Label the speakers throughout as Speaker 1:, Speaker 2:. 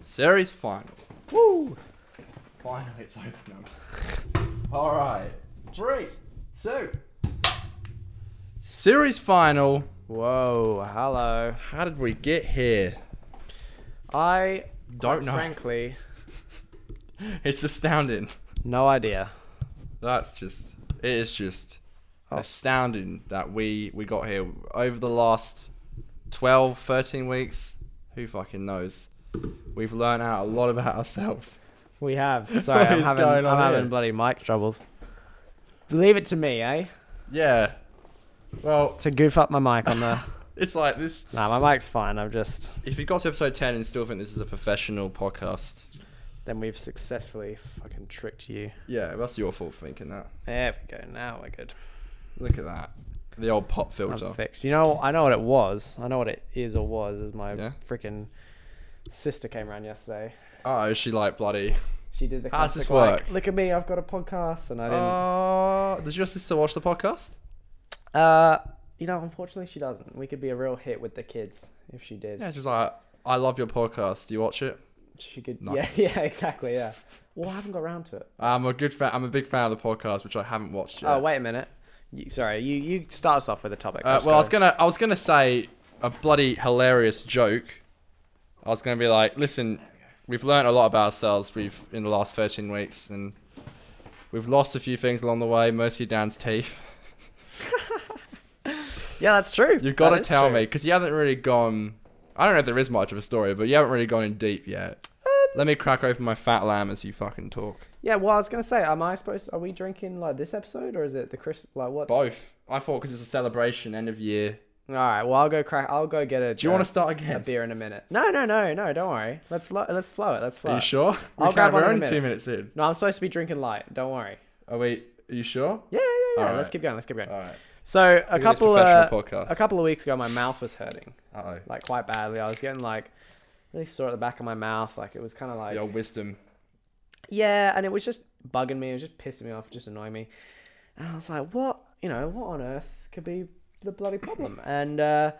Speaker 1: Series final. Woo! Finally, it's opening. All right. Three, two. Series final.
Speaker 2: Whoa, hello.
Speaker 1: How did we get here?
Speaker 2: I
Speaker 1: Don't know.
Speaker 2: Frankly,
Speaker 1: It's astounding.
Speaker 2: no idea.
Speaker 1: That's just. It is just astounding that we we got here over the last 12, 13 weeks. Who fucking knows? We've learned out a lot about ourselves.
Speaker 2: We have. Sorry,
Speaker 1: What
Speaker 2: I'm
Speaker 1: is
Speaker 2: having
Speaker 1: going
Speaker 2: I'm
Speaker 1: on here?
Speaker 2: having bloody mic troubles. Leave it to me, eh?
Speaker 1: Yeah. Well,
Speaker 2: To goof up my mic on the.
Speaker 1: it's like this.
Speaker 2: nah, my mic's fine. I'm just.
Speaker 1: If you got to episode 10 and still think this is a professional podcast,
Speaker 2: Then we've successfully fucking tricked you.
Speaker 1: yeah, that's your fault for thinking that.
Speaker 2: There we go. Now we're good.
Speaker 1: Look at that. The old pop
Speaker 2: I'm
Speaker 1: filter.
Speaker 2: fixed. You know, I know what it was. I know what it is or was. As my
Speaker 1: Yeah?
Speaker 2: freaking sister came around yesterday.
Speaker 1: Oh, is she like bloody.
Speaker 2: She did the.
Speaker 1: How's this
Speaker 2: classic, like,
Speaker 1: work?
Speaker 2: Look at me. I've got a podcast, and I didn't.
Speaker 1: Oh, did your sister watch the podcast?
Speaker 2: Uh, you know, unfortunately, she doesn't. We could be a real hit with the kids if she did.
Speaker 1: Yeah, she's like, I love your podcast. Do you watch it?
Speaker 2: She could.
Speaker 1: No.
Speaker 2: Yeah, yeah, exactly. Yeah. Well, I haven't got around to it.
Speaker 1: I'm a good fan. I'm a big fan of the podcast, which I haven't watched yet.
Speaker 2: Oh, wait a minute. You, sorry, you you start us off with a topic.
Speaker 1: Uh,
Speaker 2: Let's
Speaker 1: well, I was
Speaker 2: go.
Speaker 1: gonna, I was gonna say a bloody hilarious joke. I was gonna be like, listen, we've learned a lot about ourselves. We've in the last 13 weeks, and we've lost a few things along the way. Mostly Dan's teeth.
Speaker 2: Yeah, that's true.
Speaker 1: You've got
Speaker 2: That
Speaker 1: to
Speaker 2: is
Speaker 1: tell
Speaker 2: true.
Speaker 1: me because you haven't really gone. I don't know if there is much of a story, but you haven't really gone in deep yet. Let me crack open my fat lamb as you fucking talk.
Speaker 2: Yeah, well, I was gonna say, am I supposed? Are we drinking like this episode or is it the Chris? Like what?
Speaker 1: Both. I thought because it's a celebration, end of year.
Speaker 2: All right. Well, I'll go crack. I'll go get a. uh,
Speaker 1: Do you want to start again?
Speaker 2: a beer in a minute? No, no, no, no. Don't worry. Let's lo- let's flow it. Let's flow.
Speaker 1: Are you
Speaker 2: it.
Speaker 1: sure? We
Speaker 2: I'll grab
Speaker 1: We're
Speaker 2: one in a
Speaker 1: only two minutes
Speaker 2: minute.
Speaker 1: in.
Speaker 2: No, I'm supposed to be drinking light. Don't worry.
Speaker 1: Are we? Are you sure?
Speaker 2: Yeah, yeah, yeah.
Speaker 1: All
Speaker 2: Let's
Speaker 1: right.
Speaker 2: keep going. Let's keep going.
Speaker 1: All right.
Speaker 2: So a
Speaker 1: Look at this
Speaker 2: couple uh,
Speaker 1: professional podcast.
Speaker 2: a couple of weeks ago, my mouth was hurting
Speaker 1: Uh
Speaker 2: like quite badly. I was getting like really sore at the back of my mouth. Like it was kind of
Speaker 1: oh.
Speaker 2: like
Speaker 1: Your wisdom.
Speaker 2: yeah, and it was just bugging me. It was just pissing me off, just annoying me. And I was like, what you know, what on earth could be the bloody problem? And uh,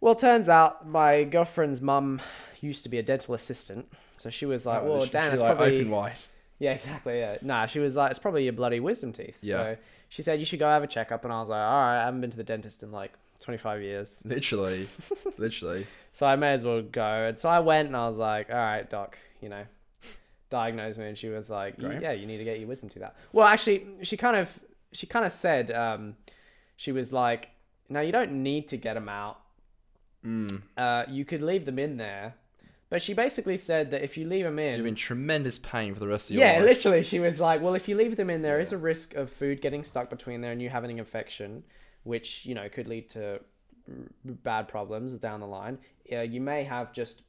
Speaker 2: well, turns out my girlfriend's mum used to be a dental assistant, so she was like,
Speaker 1: Oh,
Speaker 2: well,
Speaker 1: she-
Speaker 2: Dan,
Speaker 1: she,
Speaker 2: it's
Speaker 1: like,
Speaker 2: probably
Speaker 1: open wide.
Speaker 2: yeah, exactly. Yeah. Nah, she was like, it's probably your bloody wisdom teeth.
Speaker 1: Yeah.
Speaker 2: So she said, you should go have a checkup. And I was like, all right, I haven't been to the dentist in like 25 years.
Speaker 1: Literally, literally.
Speaker 2: So I may as well go. And so I went and I was like, all right, doc, you know, diagnose me. And she was like, "You-
Speaker 1: Great.
Speaker 2: yeah, you need to get your wisdom teeth out. Well, actually, she kind of, she kind of said, um, she was like, no, you don't need to get them out.
Speaker 1: Mm.
Speaker 2: Uh, you could leave them in there. But she basically said that if you leave them in,
Speaker 1: You're in tremendous pain for the rest of your
Speaker 2: yeah,
Speaker 1: life.
Speaker 2: literally, she was like, "Well, if you leave them in, there is a risk of food getting stuck between there and you having an infection, which you know could lead to r- bad problems down the line. Uh, you may have just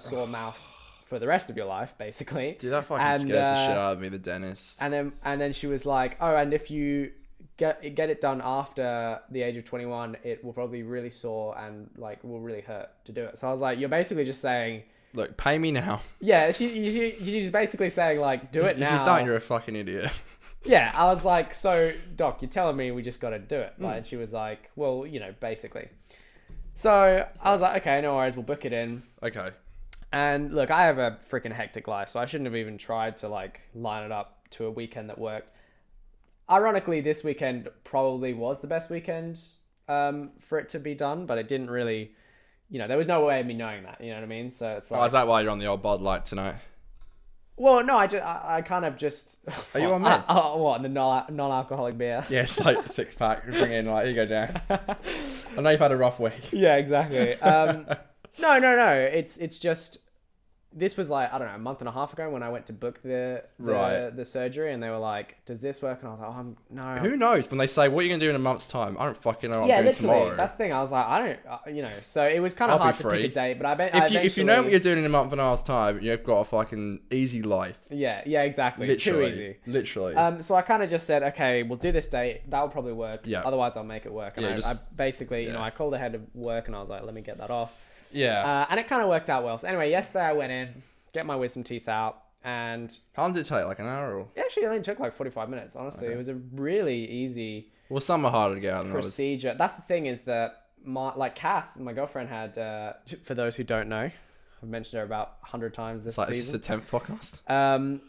Speaker 2: sore mouth for the rest of your life, basically."
Speaker 1: Dude, that fucking
Speaker 2: And,
Speaker 1: scares the
Speaker 2: uh,
Speaker 1: shit out of me. The dentist.
Speaker 2: And then and then she was like, "Oh, and if you get get it done after the age of 21, it will probably be really sore and like will really hurt to do it." So I was like, "You're basically just saying."
Speaker 1: Look, pay me now.
Speaker 2: Yeah, she, she, she's basically saying like, do it
Speaker 1: if
Speaker 2: now.
Speaker 1: you don't, you're a fucking idiot.
Speaker 2: yeah, I was like, so doc, you're telling me we just got to do it.
Speaker 1: Mm.
Speaker 2: Like, and she was like, well, you know, basically. So I was like, okay, no worries, we'll book it in.
Speaker 1: okay.
Speaker 2: And look, I have a freaking hectic life, so I shouldn't have even tried to like line it up to a weekend that worked. Ironically, this weekend probably was the best weekend um, for it to be done, but it didn't really, you know, there was no way of me knowing that. You know what I mean? So it's
Speaker 1: Oh, is
Speaker 2: like,
Speaker 1: that why you're on the old Bud Light tonight?
Speaker 2: well, no, I just, I, I kind of just.
Speaker 1: Are you on
Speaker 2: I-
Speaker 1: meds?
Speaker 2: I- what the non alcoholic beer?
Speaker 1: Yeah, it's like a six pack. You Bring in like here you go down. I know you've had a rough week.
Speaker 2: yeah, exactly. Um, no, no, no. It's it's just this was like I don't know a month and a half ago when I went to book the the,
Speaker 1: Right.
Speaker 2: the surgery and they were like, "Does this work?" And I was like, "Oh, I'm no."
Speaker 1: Who knows when they say what are you gonna do in a month's time? I don't fucking know. What
Speaker 2: yeah,
Speaker 1: I'm doing
Speaker 2: literally.
Speaker 1: tomorrow.
Speaker 2: That's the thing. I was like, I don't, uh, you know. So it was kind
Speaker 1: I'll
Speaker 2: of
Speaker 1: be
Speaker 2: hard to
Speaker 1: free.
Speaker 2: pick a date, but I bet I
Speaker 1: if you if you know what
Speaker 2: eventually-
Speaker 1: you're doing in a month and a half's time, you've got a fucking easy life.
Speaker 2: yeah, yeah, exactly.
Speaker 1: Literally,
Speaker 2: Too easy.
Speaker 1: literally.
Speaker 2: Um, so I kind of just said, okay, we'll do this date. That'll probably work.
Speaker 1: Yeah.
Speaker 2: Otherwise, I'll make it work. And
Speaker 1: Yeah,
Speaker 2: I,
Speaker 1: just-
Speaker 2: I basically, you know,
Speaker 1: yeah.
Speaker 2: I called ahead of work and I was like, let me get that off.
Speaker 1: yeah.
Speaker 2: Uh, and it kind of worked out well. So anyway, yesterday I went in, get my wisdom teeth out, and
Speaker 1: How long did it take? Like an hour? Or...
Speaker 2: it actually only took like 45 minutes. Honestly, it was a really easy
Speaker 1: Well, some are harder to get out than others.
Speaker 2: procedure. That's the thing is that my like Kath, my girlfriend had. Uh, for those who don't know, I've mentioned her about hundred times this
Speaker 1: It's like, is this
Speaker 2: season.
Speaker 1: the 10th podcast?
Speaker 2: Um,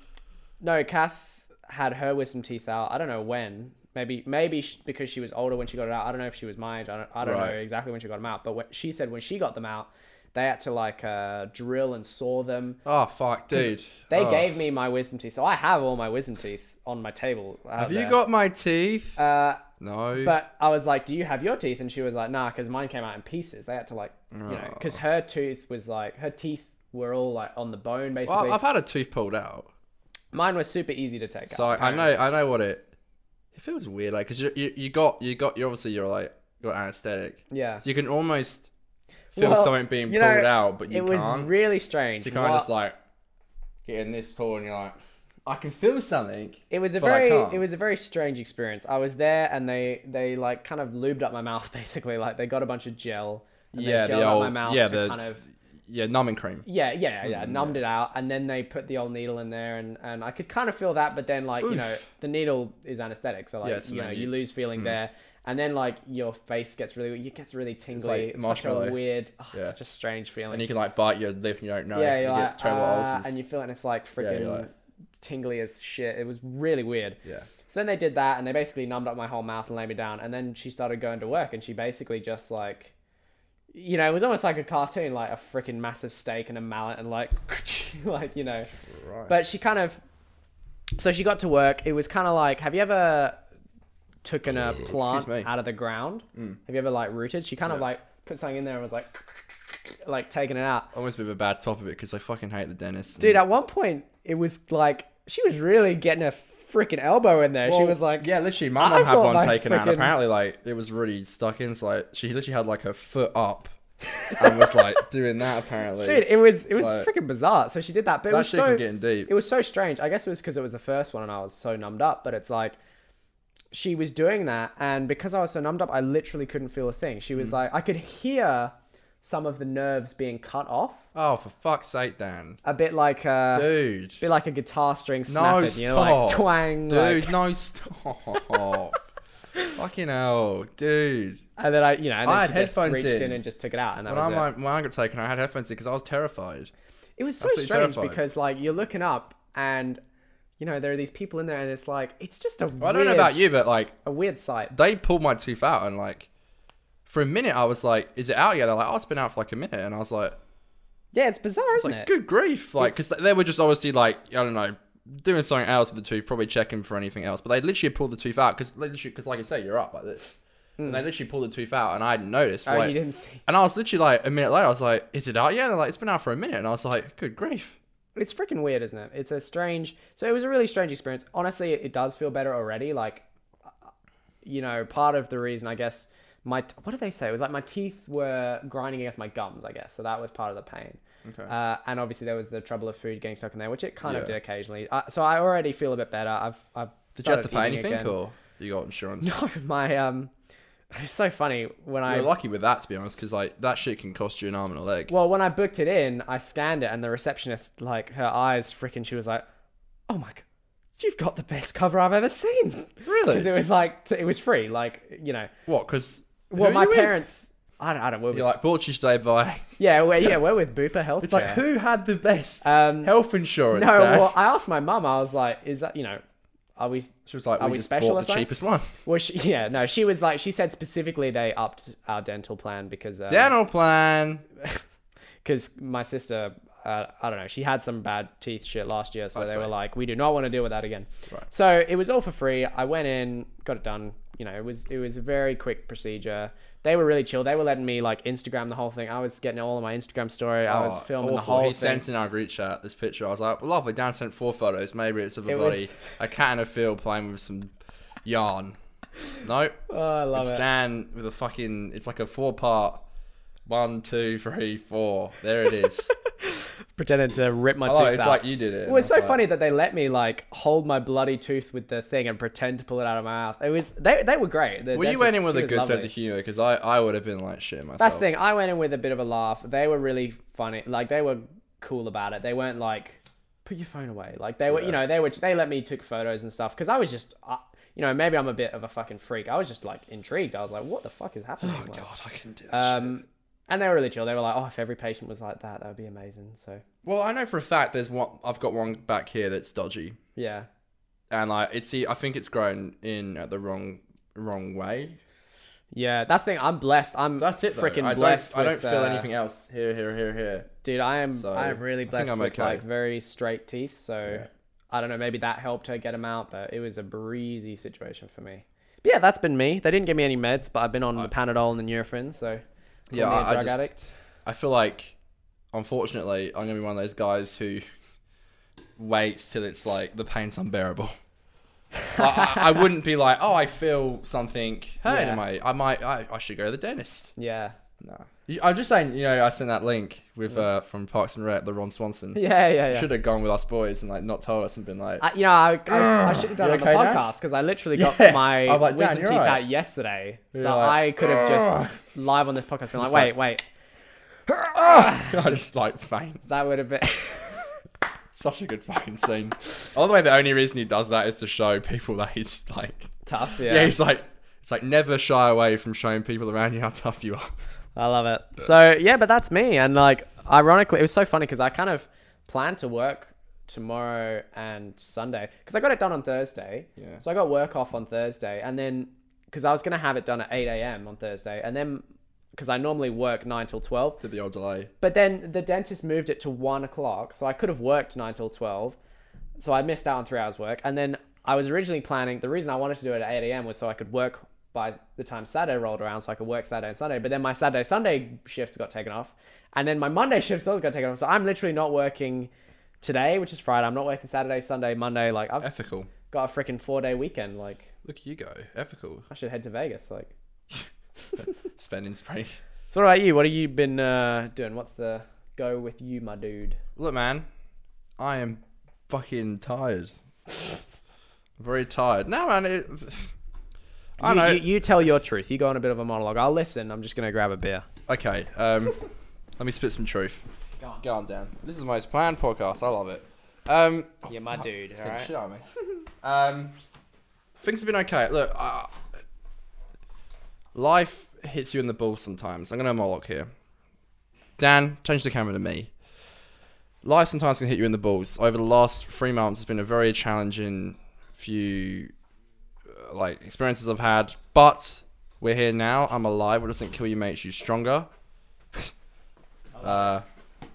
Speaker 2: no, Kath had her wisdom teeth out. I don't know when. Maybe maybe sh because she was older when she got it out. I don't know if she was my age. I don't, I don't
Speaker 1: Right.
Speaker 2: know exactly when she got them out. But when, she said when she got them out, they had to like uh, drill and saw them.
Speaker 1: Oh, fuck, dude.
Speaker 2: They
Speaker 1: Oh.
Speaker 2: gave me my wisdom teeth, so I have all my wisdom teeth on my table. out
Speaker 1: Have you
Speaker 2: there.
Speaker 1: got my teeth?
Speaker 2: Uh,
Speaker 1: no.
Speaker 2: but I was like, "Do you have your teeth?" And she was like, "Nah," because mine came out in pieces. They had to like, you
Speaker 1: Oh.
Speaker 2: know, because her tooth was like her teeth were all like on the bone basically.
Speaker 1: well, I've had a tooth pulled out.
Speaker 2: mine was super easy to take
Speaker 1: So
Speaker 2: out.
Speaker 1: I, I know I know what it. It feels weird, like because you, you you got you got you obviously you're like got anesthetic,
Speaker 2: Yeah.
Speaker 1: so you can almost feel
Speaker 2: Well,
Speaker 1: something being
Speaker 2: you
Speaker 1: pulled
Speaker 2: know,
Speaker 1: out, but you
Speaker 2: it
Speaker 1: can't.
Speaker 2: was really strange.
Speaker 1: you kind of
Speaker 2: What-
Speaker 1: just like getting this pull, and you're like, I can feel something.
Speaker 2: it was a
Speaker 1: but I
Speaker 2: very
Speaker 1: can't.
Speaker 2: it was a very strange experience. I was there and they they like kind of lubed up my mouth basically. Like they got a bunch of gel and
Speaker 1: Yeah,
Speaker 2: they
Speaker 1: the
Speaker 2: gelled up my
Speaker 1: old-
Speaker 2: mouth
Speaker 1: yeah,
Speaker 2: to
Speaker 1: the-
Speaker 2: kind of
Speaker 1: yeah, numbing cream.
Speaker 2: yeah, yeah, yeah,
Speaker 1: Mm-hmm.
Speaker 2: numbed it out, and then they put the old needle in there, and, and I could kind of feel that, but then like you know
Speaker 1: Oof.
Speaker 2: the needle is anesthetic, so like
Speaker 1: Yeah, so
Speaker 2: you know
Speaker 1: then
Speaker 2: you,
Speaker 1: you- Mm.
Speaker 2: lose feeling there, and then like your face gets really it gets really tingly. It's, such a
Speaker 1: marshmallow.
Speaker 2: weird, oh, it's
Speaker 1: Yeah.
Speaker 2: such a strange feeling.
Speaker 1: And you can like bite your lip, and you don't know.
Speaker 2: yeah,
Speaker 1: you
Speaker 2: you're
Speaker 1: get
Speaker 2: like,
Speaker 1: terrible
Speaker 2: "Ah,"
Speaker 1: ulcers.
Speaker 2: and you feel it, and it's like freaking
Speaker 1: you're like-
Speaker 2: tingly as shit. It was really weird.
Speaker 1: yeah,
Speaker 2: So then they did that, and they basically numbed up my whole mouth and laid me down. And then she started going to work, and she basically just like, you know, it was almost like a cartoon, like a freaking massive steak and a mallet, and like, like you know.
Speaker 1: right.
Speaker 2: But she kind of, so she got to work. It was kind of like, have you ever taken a plant
Speaker 1: me. Mm.
Speaker 2: out of the ground? Have you ever like rooted? She kind of like put something in there and was like, like taking it out.
Speaker 1: almost a bit of a bad top of it because I fucking hate the dentist.
Speaker 2: Dude, at one point, it was like she was really getting her freaking elbow in there. she
Speaker 1: Well,
Speaker 2: was like,
Speaker 1: yeah, literally, my
Speaker 2: I
Speaker 1: mum had
Speaker 2: thought
Speaker 1: one
Speaker 2: my
Speaker 1: taken out.
Speaker 2: frickin-
Speaker 1: And apparently, like it was really stuck in. So like she literally had like her foot up and was like doing that. Apparently,
Speaker 2: Dude, it was it was
Speaker 1: Like-
Speaker 2: freaking bizarre. So she did that, but it
Speaker 1: that
Speaker 2: was
Speaker 1: shit
Speaker 2: so
Speaker 1: can get in deep.
Speaker 2: it was so strange. I guess it was because it was the first one and I was so numbed up. But it's like she was doing that, and because I was so numbed up, I literally couldn't feel a thing. She
Speaker 1: Mm.
Speaker 2: was like, I could hear some of the nerves being cut off,
Speaker 1: oh, for fuck's sake, Dan,
Speaker 2: a bit like uh, a
Speaker 1: dude,
Speaker 2: bit like a guitar string snapping.
Speaker 1: no
Speaker 2: you know, like
Speaker 1: stop,
Speaker 2: twang,
Speaker 1: dude,
Speaker 2: like-
Speaker 1: no stop, fucking hell, dude.
Speaker 2: and then I, you know, and then
Speaker 1: I
Speaker 2: she
Speaker 1: had
Speaker 2: just
Speaker 1: headphones
Speaker 2: reached in.
Speaker 1: in.
Speaker 2: and just took it out, and that
Speaker 1: When
Speaker 2: was
Speaker 1: I
Speaker 2: it.
Speaker 1: my, when I got taken, I had headphones in because I was terrified.
Speaker 2: It was so
Speaker 1: Absolutely
Speaker 2: strange
Speaker 1: terrifying.
Speaker 2: because like you're looking up and you know there are these people in there and it's like it's just a
Speaker 1: I don't know about you, but like
Speaker 2: a weird sight.
Speaker 1: they pulled my tooth out and like. For a minute, I was like, "Is it out yet?" They're like, "Oh, it's been out for like a minute," and I was like,
Speaker 2: Yeah, it's bizarre, isn't
Speaker 1: like,
Speaker 2: it?
Speaker 1: Good grief! Like, because they were just obviously like I don't know, doing something else with the tooth, probably checking for anything else. But they literally pulled the tooth out because literally, because like I say, you're up like this, and they literally pulled the tooth out, and I hadn't noticed.
Speaker 2: Hmm. Oh,
Speaker 1: like-
Speaker 2: you didn't see.
Speaker 1: And I was literally like a minute later, I was like, "Is it out yet?" And they're like, "It's been out for a minute," and I was like, "Good grief!"
Speaker 2: It's freaking weird, isn't it? It's a strange. So it was a really strange experience. Honestly, it does feel better already. Like, uh, you know, part of the reason I guess my t- what did they say? It was like my teeth were grinding against my gums. I guess so that was part of the pain.
Speaker 1: Okay.
Speaker 2: Uh, and obviously there was the trouble of food getting stuck in there, which it kind of
Speaker 1: Yeah.
Speaker 2: did occasionally. Uh, so I already feel a bit better. I've I've.
Speaker 1: Did you have to
Speaker 2: started
Speaker 1: pay
Speaker 2: eating
Speaker 1: anything,
Speaker 2: again.
Speaker 1: or you got insurance?
Speaker 2: No, my um, it's so funny when I
Speaker 1: You're lucky with that, to be honest, because like that shit can cost you an arm and a leg.
Speaker 2: well when I booked it in, I scanned it and the receptionist like her eyes freaking she was like, oh my god, you've got the best cover I've ever seen because
Speaker 1: really?
Speaker 2: it was like t- it was free like you know
Speaker 1: What? Because
Speaker 2: well my parents I don't I don't we're with,
Speaker 1: You're like bought you today by.
Speaker 2: yeah we're yeah we're with Bupa Healthcare.
Speaker 1: It's like who had the best
Speaker 2: Um,
Speaker 1: health insurance?
Speaker 2: no,
Speaker 1: Dad?
Speaker 2: well I asked my mum I was like is that you know are we
Speaker 1: She was like,
Speaker 2: Are
Speaker 1: we,
Speaker 2: we
Speaker 1: just
Speaker 2: special or
Speaker 1: bought the
Speaker 2: something?"
Speaker 1: cheapest one.
Speaker 2: was she, yeah no she was like she said specifically they upped our dental plan because um,
Speaker 1: Dental plan.
Speaker 2: because my sister, uh, I don't know, she had some bad teeth shit last year, so they
Speaker 1: see.
Speaker 2: were like, we do not want to deal with that again.
Speaker 1: Oh, Right.
Speaker 2: So it was all for free. I went in, got it done. You know, it was it was a very quick procedure. They were really chill. They were letting me like Instagram the whole thing. I was getting all of my Instagram story. I was
Speaker 1: Oh,
Speaker 2: filming the
Speaker 1: awful.
Speaker 2: whole
Speaker 1: He
Speaker 2: thing.
Speaker 1: sent in our group chat this picture. I was like, lovely. Dan sent four photos. Maybe it's of a
Speaker 2: It
Speaker 1: body,
Speaker 2: was-
Speaker 1: a cat in a field playing with some yarn. Nope.
Speaker 2: oh, I love
Speaker 1: it's
Speaker 2: it.
Speaker 1: Dan with a fucking. It's like a four part. One, two, three, four. There it is.
Speaker 2: Pretending to rip my
Speaker 1: oh,
Speaker 2: tooth
Speaker 1: it's
Speaker 2: out.
Speaker 1: like you did it.
Speaker 2: It was so funny that they let me like hold my bloody tooth with the thing and pretend to pull it out of my mouth. It was they they were great. The
Speaker 1: Well, you went in with a good
Speaker 2: sense
Speaker 1: sense of humor because I, I would have been like shit myself.
Speaker 2: That's the thing. I went in with a bit of a laugh. They were really funny. Like they were cool about it. They weren't like, put your phone away. Like they were, you
Speaker 1: Yeah.
Speaker 2: know, they were. They let me took photos and stuff because I was just, uh, you know, maybe I'm a bit of a fucking freak. I was just like intrigued. I was like, what the fuck is happening?
Speaker 1: Oh
Speaker 2: Like,
Speaker 1: god, I can do that.
Speaker 2: um, And they were really chill. They were like, oh, if every patient was like that, that would be amazing. So,
Speaker 1: Well, I know for a fact there's one. I've got one back here that's dodgy,
Speaker 2: yeah.
Speaker 1: and like it's. I think it's grown in at the wrong wrong way.
Speaker 2: Yeah, that's the thing. I'm blessed. I'm
Speaker 1: That's it. though.
Speaker 2: Freaking
Speaker 1: I
Speaker 2: blessed.
Speaker 1: Don't, I don't
Speaker 2: with,
Speaker 1: feel
Speaker 2: uh,
Speaker 1: anything else. Here, here, here, here.
Speaker 2: dude. I am.
Speaker 1: So,
Speaker 2: I am really
Speaker 1: I think
Speaker 2: blessed
Speaker 1: I'm
Speaker 2: with
Speaker 1: okay.
Speaker 2: like very straight teeth. So
Speaker 1: Yeah.
Speaker 2: I don't know. Maybe that helped her get them out, but it was a breezy situation for me. But yeah, that's been me. They didn't give me any meds, but I've been on the Panadol and the Nurofen. So call
Speaker 1: Yeah,
Speaker 2: me a
Speaker 1: I- I
Speaker 2: drug
Speaker 1: just-
Speaker 2: addict.
Speaker 1: I feel like, unfortunately, I'm gonna be one of those guys who waits till it's like the pain's unbearable. I, I, I wouldn't be like, oh, I feel something hurt
Speaker 2: Yeah.
Speaker 1: in my. I might. I, I should go to the dentist.
Speaker 2: Yeah,
Speaker 1: No, You- I'm just saying. You know, I sent that link with uh, from Parks and Rec, the Ron Swanson.
Speaker 2: yeah, yeah, yeah.
Speaker 1: Should have gone with us boys and like not told us and been like,
Speaker 2: I, you know, I, I, I should have done
Speaker 1: You
Speaker 2: it on
Speaker 1: okay,
Speaker 2: the
Speaker 1: Nash?
Speaker 2: podcast because I literally
Speaker 1: Yeah.
Speaker 2: got my
Speaker 1: I'm like, Dan,
Speaker 2: wisdom
Speaker 1: you're
Speaker 2: teeth
Speaker 1: right.
Speaker 2: out yesterday, so
Speaker 1: like,
Speaker 2: I could have
Speaker 1: "Ugh."
Speaker 2: just live on this podcast been like, wait,
Speaker 1: like-
Speaker 2: wait,
Speaker 1: I Ah! just like faint.
Speaker 2: that would have been.
Speaker 1: Such a good fucking scene. All the way, the only reason he does that is to show people that he's like,
Speaker 2: Tough,
Speaker 1: yeah, he's like, it's like never shy away from showing people around you how tough you are.
Speaker 2: I love it. So yeah, but that's me. And like, ironically, it was so funny because I kind of planned to work tomorrow and Sunday because I got it done on Thursday.
Speaker 1: Yeah.
Speaker 2: So I got work off on Thursday, and then because I was gonna have it done at eight a.m. on Thursday, and then because I normally work nine till twelve,
Speaker 1: Did the old delay?
Speaker 2: but then the dentist moved it to one o'clock, so I could have worked nine till twelve. So I missed out on three hours work. And then I was originally planning the reason I wanted to do it at eight AM was so I could work by the time Saturday rolled around, so I could work Saturday and Sunday. But then my Saturday Sunday shifts got taken off. And then my Monday shifts also got taken off. So I'm literally not working today, which is Friday. I'm not working Saturday, Sunday, Monday. Like I've
Speaker 1: Ethical.
Speaker 2: got a freaking four day weekend. Like
Speaker 1: Look, at you go. Ethical.
Speaker 2: I should head to Vegas. Like
Speaker 1: Spending spree.
Speaker 2: So what about you? What have you been uh, doing? What's the go with you, my dude?
Speaker 1: Look, man, I am fucking tired. Very tired. No, man. It's, I
Speaker 2: you,
Speaker 1: know.
Speaker 2: You, you tell your truth. You go on a bit of a monologue. I'll listen. I'm just gonna grab a beer.
Speaker 1: Okay. Um, let me spit some truth.
Speaker 2: Go on.
Speaker 1: Go on, Dan. This is the most planned podcast. I love it. Um, oh,
Speaker 2: You're my
Speaker 1: fuck,
Speaker 2: dude,
Speaker 1: scared the
Speaker 2: alright?
Speaker 1: shit out of me. um, things have been okay. Look, uh, life hits you in the ball sometimes. I'm gonna moloch here. Dan, change the camera to me. Life sometimes can hit you in the balls. Over the last three months, it's been a very challenging few uh, like experiences I've had, but we're here now. I'm alive. What doesn't kill you makes you stronger. uh,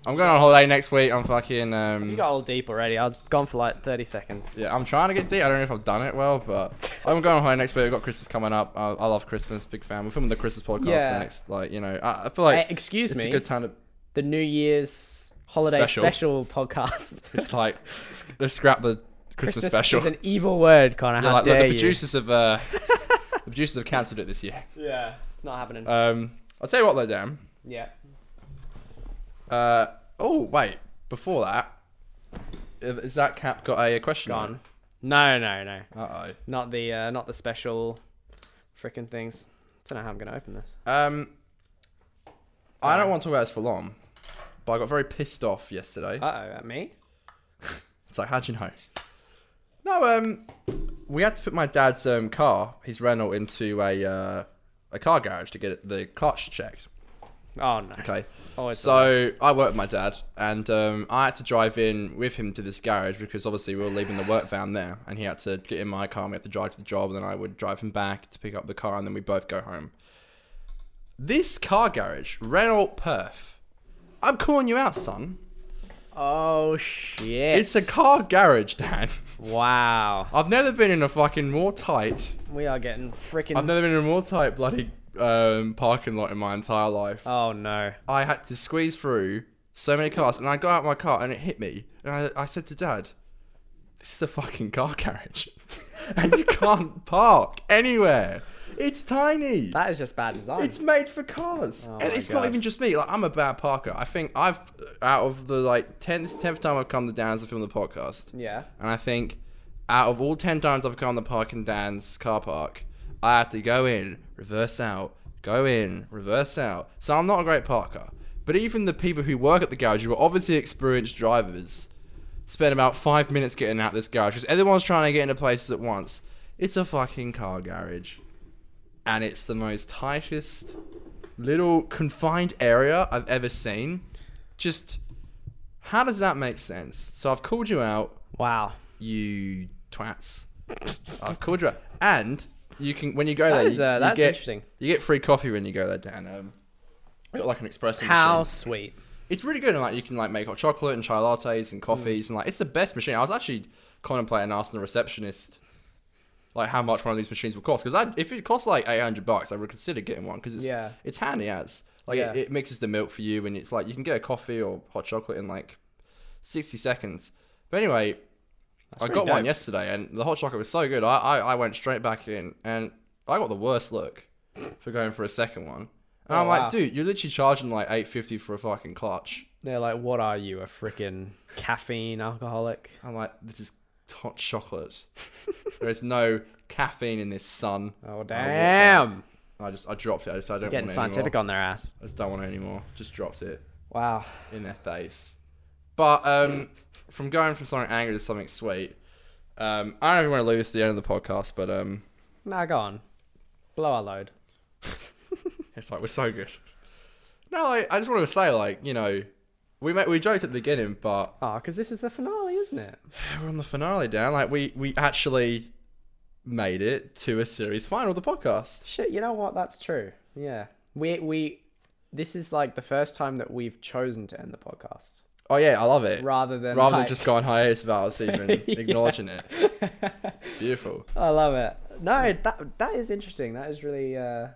Speaker 1: I'm going on holiday next week. I'm fucking.
Speaker 2: You
Speaker 1: Um,
Speaker 2: got all deep already. I was gone for like 30 seconds.
Speaker 1: yeah, I'm trying to get deep. I don't know if I've done it well, but I'm going on holiday next week. I've got Christmas coming up. I, I love Christmas. Big fan. We're filming the Christmas podcast
Speaker 2: Yeah.
Speaker 1: next. Like, you know, I, I feel like
Speaker 2: Hey, excuse
Speaker 1: it's
Speaker 2: me.
Speaker 1: a good time to.
Speaker 2: The New Year's holiday
Speaker 1: Special.
Speaker 2: special, podcast.
Speaker 1: It's like s- let's scrap the Christmas,
Speaker 2: Christmas
Speaker 1: special.
Speaker 2: is an evil word, Connor.
Speaker 1: Yeah,
Speaker 2: How
Speaker 1: like, like
Speaker 2: dare
Speaker 1: the
Speaker 2: you?
Speaker 1: producers have uh, the producers have cancelled it this year.
Speaker 2: Yeah, it's not happening.
Speaker 1: Um, I'll tell you what though, Dan.
Speaker 2: yeah.
Speaker 1: Uh, oh wait, before that, is that cap got a question?
Speaker 2: Gone. No, no, no.
Speaker 1: Uh
Speaker 2: Not the uh, not the special freaking things. I don't know how I'm gonna open this.
Speaker 1: oh. Um, I don't want to wear this for long, but I got very pissed off yesterday.
Speaker 2: Uh oh, at me?
Speaker 1: It's like, how'd you know? No, um, we had to put my dad's um, car, his Renault, into a uh, a car garage to get the clutch checked.
Speaker 2: Oh no.
Speaker 1: Okay.
Speaker 2: Always the
Speaker 1: So I work with my dad, and um, I had to drive in with him to this garage because obviously we were leaving the work van there, and he had to get in my car. and We had to drive to the job, and then I would drive him back to pick up the car, and then we both go home. This car garage, Renault Perth. I'm calling you out, son.
Speaker 2: Oh shit.
Speaker 1: It's a car garage, Dad.
Speaker 2: wow.
Speaker 1: I've never been in a fucking more tight.
Speaker 2: We are getting freaking.
Speaker 1: I've never been in a more tight bloody um, parking lot in my entire life.
Speaker 2: Oh no.
Speaker 1: I had to squeeze through so many cars, and I got out of my car, and it hit me. And I, I said to Dad, "This is a fucking car carriage, and you can't park anywhere. It's tiny.
Speaker 2: That is just bad design.
Speaker 1: it's made for cars, and
Speaker 2: my
Speaker 1: it's
Speaker 2: God.
Speaker 1: not even just me. Like I'm a bad parker. I think I've out of the like tenth tenth time I've come to Dan's to film the podcast,
Speaker 2: yeah.
Speaker 1: and I think out of all ten times I've come to park in Dan's car park, I have to go in, reverse out, go in, reverse out. So I'm not a great parker. But even the people who work at the garage, who are obviously experienced drivers, spend about five minutes getting out this garage because everyone's trying to get into places at once. It's a fucking car garage, and it's the most tightest little confined area I've ever seen. Just how does that make sense? So I've called you out,
Speaker 2: Wow.
Speaker 1: you twats. I've called you out, and you can when you go there.
Speaker 2: is,
Speaker 1: you-
Speaker 2: uh,
Speaker 1: you
Speaker 2: that's
Speaker 1: get-
Speaker 2: interesting.
Speaker 1: You get free coffee when you go there, Dan. Um, we got like an espresso
Speaker 2: How
Speaker 1: machine.
Speaker 2: sweet.
Speaker 1: It's really good, and like you can like make hot chocolate and chai lattes
Speaker 2: Mm.
Speaker 1: and coffees, and like it's the best machine. I was actually contemplating asking the receptionist like how much one of these machines would cost because if it costs like eight hundred bucks, I would consider getting one because it's
Speaker 2: Yeah.
Speaker 1: it's handy as like
Speaker 2: Yeah.
Speaker 1: it, it mixes the milk for you, and it's like you can get a coffee or hot chocolate in like sixty seconds. But anyway, I
Speaker 2: pretty
Speaker 1: got one
Speaker 2: dope.
Speaker 1: yesterday, and the hot chocolate was so good. I, I I went straight back in, and I got the worst look for going for a second one. And I'm
Speaker 2: Oh,
Speaker 1: like,
Speaker 2: wow.
Speaker 1: dude, you're literally charging like eight fifty for a fucking clutch.
Speaker 2: They're like, what are you, a freaking caffeine alcoholic?
Speaker 1: I'm like, this is hot chocolate. there is no caffeine in this sun.
Speaker 2: Oh,
Speaker 1: walked
Speaker 2: damn.
Speaker 1: out. I just I dropped it. I, just, I don't
Speaker 2: Getting
Speaker 1: want it
Speaker 2: scientific
Speaker 1: anymore.
Speaker 2: on their ass.
Speaker 1: I just don't want it anymore. Just dropped it
Speaker 2: Wow.
Speaker 1: in their face. But um, from going from something angry to something sweet, um, I don't even want to leave this to the end of the podcast, but um,
Speaker 2: Now go on. Blow our load.
Speaker 1: It's like we're so good. No, I, I just wanted to say, like, you know, we ma- we joked at the beginning, but
Speaker 2: Oh, because this is the finale, isn't it?
Speaker 1: we're on the finale, Dan. Like, we we actually made it to a series final of the podcast.
Speaker 2: Shit, you know what? That's true. Yeah. We we this is like the first time that we've chosen to end the podcast.
Speaker 1: Oh yeah, I love it.
Speaker 2: Rather than
Speaker 1: Rather
Speaker 2: like-
Speaker 1: than just going hiatus without us even acknowledging it. Beautiful.
Speaker 2: I love it. No, that that is interesting. That is really uh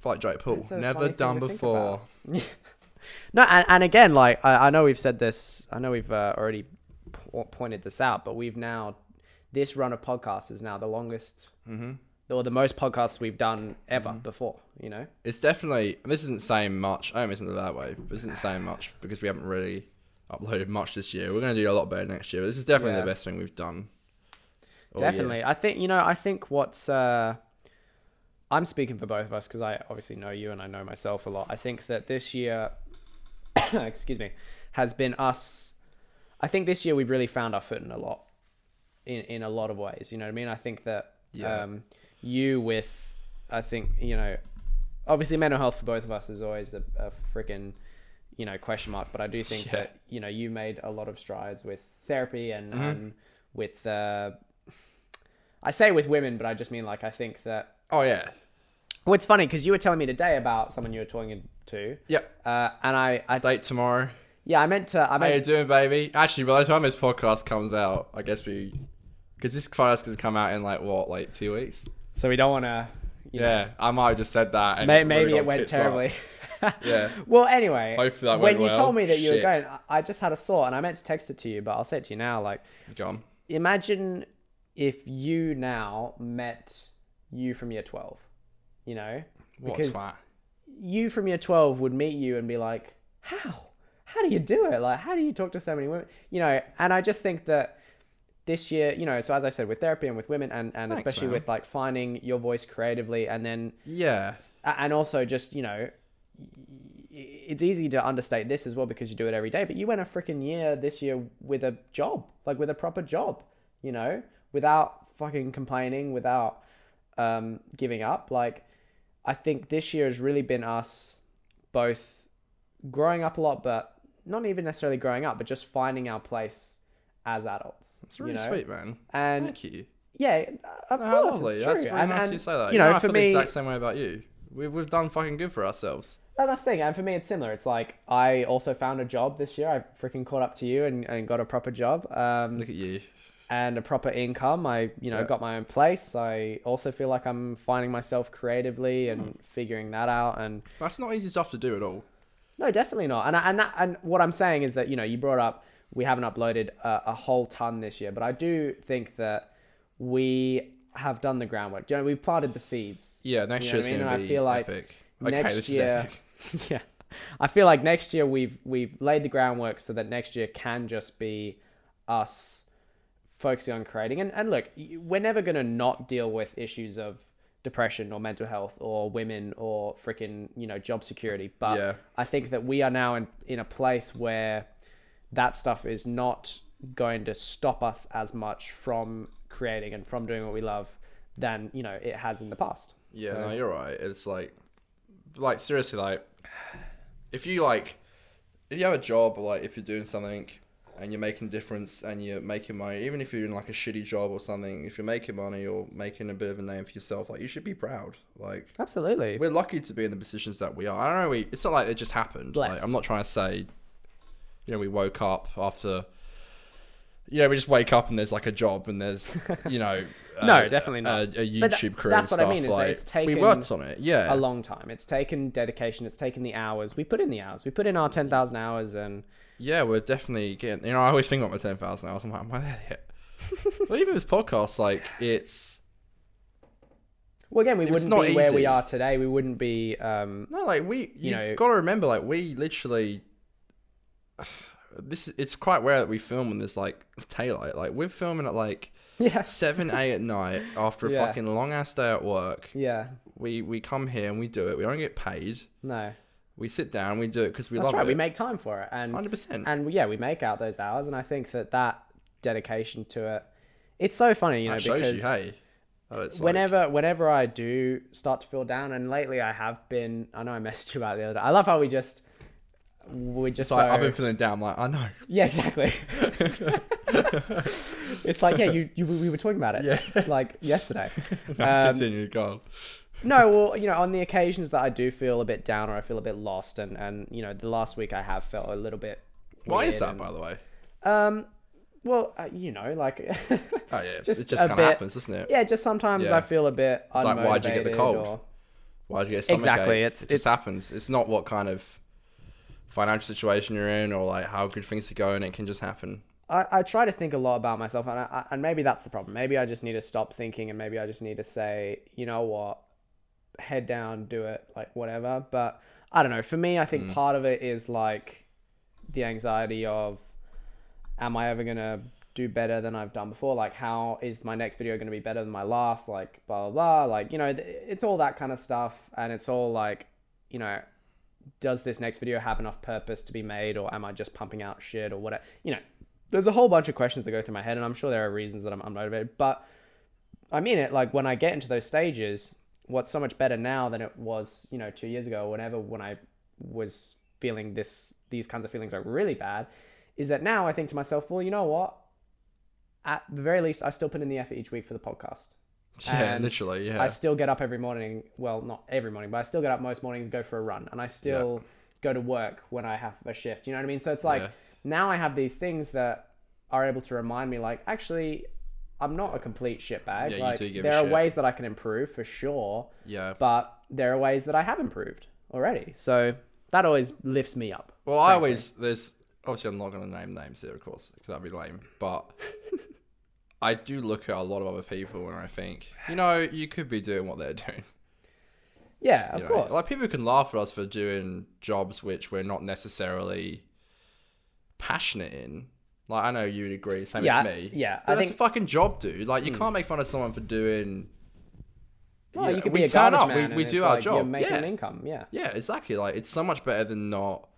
Speaker 1: Fight Jake Paul.
Speaker 2: It's a
Speaker 1: Never
Speaker 2: funny thing
Speaker 1: done
Speaker 2: to think
Speaker 1: before.
Speaker 2: about. no, and, and again, like I, I know we've said this, I know we've uh, already po- pointed this out, but we've now this run of podcasts is now the longest or the most podcasts we've done ever before. You know,
Speaker 1: It's definitely and this isn't saying much. I don't mean it's not that way. But this isn't saying much because we haven't really uploaded much this year. We're gonna do a lot better next year. But this is definitely
Speaker 2: Yeah.
Speaker 1: the best thing we've done. all year.
Speaker 2: definitely. I think you know. I think what's uh, I'm speaking for both of us because I obviously know you and I know myself a lot. I think that this year, excuse me, has been us. I think this year we've really found our footing a lot, in in a lot of ways. You know what I mean? I think that
Speaker 1: Yeah.
Speaker 2: um, you with, I think you know, obviously mental health for both of us is always a, a freaking, you know, question mark. But I do think
Speaker 1: Yeah.
Speaker 2: that you know you made a lot of strides with therapy and
Speaker 1: Mm-hmm.
Speaker 2: um, with. Uh, I say with women, but I just mean like I think that.
Speaker 1: Oh yeah.
Speaker 2: Well, it's funny because you were telling me today about someone you were talking to,
Speaker 1: Yep.
Speaker 2: uh, and I, I,
Speaker 1: Date tomorrow.
Speaker 2: yeah, I meant to, I
Speaker 1: How you
Speaker 2: meant,
Speaker 1: doing, baby? Actually, by the time this podcast comes out, I guess we, because this podcast could come out in like what, like two weeks?
Speaker 2: so we don't want to, you know,
Speaker 1: Yeah, I might have just said that. And
Speaker 2: may,
Speaker 1: really
Speaker 2: maybe
Speaker 1: got
Speaker 2: it went
Speaker 1: tits up.
Speaker 2: terribly.
Speaker 1: Yeah.
Speaker 2: Well, anyway,
Speaker 1: Hopefully that
Speaker 2: when
Speaker 1: went
Speaker 2: you
Speaker 1: well.
Speaker 2: told me that you
Speaker 1: Shit.
Speaker 2: were going, I- I just had a thought, and I meant to text it to you, but I'll say it to you now. Like,
Speaker 1: John.
Speaker 2: imagine if you now met you from year twelve, you know,
Speaker 1: What a twat.
Speaker 2: you from year 12 would meet you and be like, how? How do you do it? Like, how do you talk to so many women? You know, and I just think that this year, you know, so as I said, with therapy and with women and, and
Speaker 1: Thanks,
Speaker 2: especially
Speaker 1: man.
Speaker 2: with like finding your voice creatively and then,
Speaker 1: Yeah.
Speaker 2: a- and also just, you know, y- it's easy to understate this as well because you do it every day, but you went a freaking year this year with a job, like with a proper job, you know, without fucking complaining, without um, giving up. Like, I think this year has really been us both growing up a lot, but not even necessarily growing up, but just finding our place as adults.
Speaker 1: It's really
Speaker 2: you know?
Speaker 1: sweet, man.
Speaker 2: And
Speaker 1: Thank you.
Speaker 2: yeah, of
Speaker 1: How
Speaker 2: course,
Speaker 1: lovely.
Speaker 2: it's true.
Speaker 1: That's really
Speaker 2: and,
Speaker 1: nice
Speaker 2: and,
Speaker 1: you say that.
Speaker 2: You know,
Speaker 1: I
Speaker 2: for
Speaker 1: feel
Speaker 2: me,
Speaker 1: the exact same way about you. We, we've done fucking good for ourselves.
Speaker 2: No, that's the thing. And for me, it's similar. It's like I also found a job this year. I freaking caught up to you and, and got a proper job um,
Speaker 1: Look at you.
Speaker 2: and a proper income. I, you know,
Speaker 1: Yeah.
Speaker 2: got my own place. I also feel like I'm finding myself creatively and figuring that out. And
Speaker 1: That's not easy stuff to do at all.
Speaker 2: no, definitely not. And I, and that and what I'm saying is that you know you brought up we haven't uploaded a, a whole ton this year, but I do think that we have done the groundwork. Do You know, we've planted the seeds.
Speaker 1: Yeah, next
Speaker 2: You know
Speaker 1: year's
Speaker 2: what I mean?
Speaker 1: gonna
Speaker 2: And I
Speaker 1: be
Speaker 2: feel like
Speaker 1: epic. okay,
Speaker 2: next
Speaker 1: this
Speaker 2: year-
Speaker 1: is epic.
Speaker 2: yeah. I feel like next year we've we've laid the groundwork so that next year can just be us focusing on creating. And and look, y- we're never gonna not deal with issues of depression or mental health or women or freaking you know job security. But
Speaker 1: Yeah.
Speaker 2: I think that we are now in in a place where that stuff is not going to stop us as much from creating and from doing what we love than you know it has in the past.
Speaker 1: Yeah, no, you're right. It's like like seriously, like if you like, if you have a job, or, like if you're doing something and you're making a difference and you're making money, even if you're in like a shitty job or something, if you're making money or making a bit of a name for yourself, like you should be proud. Like
Speaker 2: Absolutely.
Speaker 1: we're lucky to be in the positions that we are. I don't know. We, it's not like it just happened. Like,
Speaker 2: Blessed.
Speaker 1: I'm not trying to say, you know, we woke up after. You know, we just wake up and there's like a job and there's, you know,
Speaker 2: No,
Speaker 1: a-
Speaker 2: definitely not.
Speaker 1: a, a YouTube
Speaker 2: But tha-
Speaker 1: career.
Speaker 2: that's
Speaker 1: and
Speaker 2: what I
Speaker 1: stuff,
Speaker 2: mean, is that
Speaker 1: Like,
Speaker 2: it's
Speaker 1: we
Speaker 2: taken
Speaker 1: worked on it. Yeah,
Speaker 2: a long time. It's taken dedication. It's taken the hours. We put in the hours. We put in our ten thousand hours, and
Speaker 1: yeah, we're definitely getting. You know, I always think about my ten thousand hours. I'm like, am I there yet? well, even this podcast, like, it's
Speaker 2: well, again, we
Speaker 1: It's
Speaker 2: wouldn't
Speaker 1: not
Speaker 2: be where
Speaker 1: easy.
Speaker 2: we are today. We wouldn't be. Um,
Speaker 1: no, like we, you,
Speaker 2: know-
Speaker 1: gotta remember, like, we literally. This is- it's quite rare that we film when there's like daylight. Like we're filming at like
Speaker 2: yes.
Speaker 1: seven eight at night after a
Speaker 2: Yeah.
Speaker 1: fucking long ass day at work.
Speaker 2: Yeah.
Speaker 1: We we come here and we do it. We don't get paid.
Speaker 2: No.
Speaker 1: We sit down. We do it because we
Speaker 2: That's
Speaker 1: love
Speaker 2: right. We
Speaker 1: it.
Speaker 2: make time for it, and
Speaker 1: Hundred percent.
Speaker 2: and yeah, we make out those hours, and I think that that dedication to it, it's so funny, you know,
Speaker 1: That shows
Speaker 2: because
Speaker 1: you, hey. That it's like-
Speaker 2: whenever whenever I do start to feel down, and lately I have been. I know I messaged you about it the other day. I love how we just we
Speaker 1: it's
Speaker 2: just
Speaker 1: like,
Speaker 2: so-
Speaker 1: I've been feeling down. Like I know.
Speaker 2: yeah exactly. it's like yeah, you, you we were talking about it
Speaker 1: Yeah.
Speaker 2: like yesterday. Um,
Speaker 1: Continue, God.
Speaker 2: no, well, you know, on the occasions that I do feel a bit down or I feel a bit lost, and and you know, the last week I have felt a little bit.
Speaker 1: Why is
Speaker 2: weird
Speaker 1: that,
Speaker 2: and-
Speaker 1: by the way?
Speaker 2: Um, well, uh, you know, like.
Speaker 1: Oh yeah,
Speaker 2: Just
Speaker 1: it just
Speaker 2: a
Speaker 1: kind of
Speaker 2: bit-
Speaker 1: happens, doesn't it?
Speaker 2: Yeah, just sometimes
Speaker 1: Yeah.
Speaker 2: I feel a bit unmotivated.
Speaker 1: like, why'd you get the cold?
Speaker 2: Or,
Speaker 1: Why do you get a stomach
Speaker 2: Exactly,
Speaker 1: ache?
Speaker 2: it's-
Speaker 1: it just
Speaker 2: it's-
Speaker 1: happens. It's not what kind of financial situation you're in or like how good things are going. It can just happen.
Speaker 2: I, I try to think a lot about myself, and I, I, and maybe that's the problem. Maybe I just need to stop thinking, and maybe I just need to say, you know what, head down, do it, like whatever. But I don't know. For me, I think part of it is like the anxiety of, am I ever gonna do better than I've done before? Like, how is my next video gonna be better than my last? Like, blah blah blah. Like, you know, th- it's all that kind of stuff, and it's all like, you know, does this next video have enough purpose to be made or am I just pumping out shit or whatever? You know, there's a whole bunch of questions that go through my head and I'm sure there are reasons that I'm unmotivated, but I mean it, like when I get into those stages, what's so much better now than it was, you know, two years ago or whenever when I was feeling this these kinds of feelings are really bad, is that now I think to myself, well, you know what? At the very least, I still put in the effort each week for the podcast.
Speaker 1: Yeah,
Speaker 2: And
Speaker 1: literally. Yeah.
Speaker 2: I still get up every morning. Well, not every morning, but I still get up most mornings, go for a run, and I still go to work when I have a shift. You know what I mean? So it's like
Speaker 1: Yeah.
Speaker 2: now I have these things that are able to remind me, like, actually, I'm not a complete shitbag.
Speaker 1: Yeah, you
Speaker 2: like,
Speaker 1: do give a
Speaker 2: there are
Speaker 1: shit.
Speaker 2: ways that I can improve for sure,
Speaker 1: yeah.
Speaker 2: but there are ways that I have improved already. So that always lifts me up.
Speaker 1: Well, I always there's obviously I'm not going to name names here, of course, 'cause that'd be lame. But I do look at a lot of other people and I think, you know, you could be doing what they're doing.
Speaker 2: Yeah, of
Speaker 1: you know?
Speaker 2: course.
Speaker 1: like people can laugh at us for doing jobs which we're not necessarily passionate in. Like I know you'd agree, same
Speaker 2: Yeah,
Speaker 1: as me.
Speaker 2: yeah,
Speaker 1: but
Speaker 2: I
Speaker 1: that's
Speaker 2: think- Hmm.
Speaker 1: a fucking job, dude. Like you can't make fun of someone for doing.
Speaker 2: well,
Speaker 1: know,
Speaker 2: you could
Speaker 1: we
Speaker 2: be a
Speaker 1: turn
Speaker 2: garbage
Speaker 1: up,
Speaker 2: man.
Speaker 1: we-
Speaker 2: and
Speaker 1: we
Speaker 2: it's
Speaker 1: do our
Speaker 2: like You're
Speaker 1: job,
Speaker 2: making
Speaker 1: yeah.
Speaker 2: an income. Yeah.
Speaker 1: Yeah, exactly. Like it's so much better than not.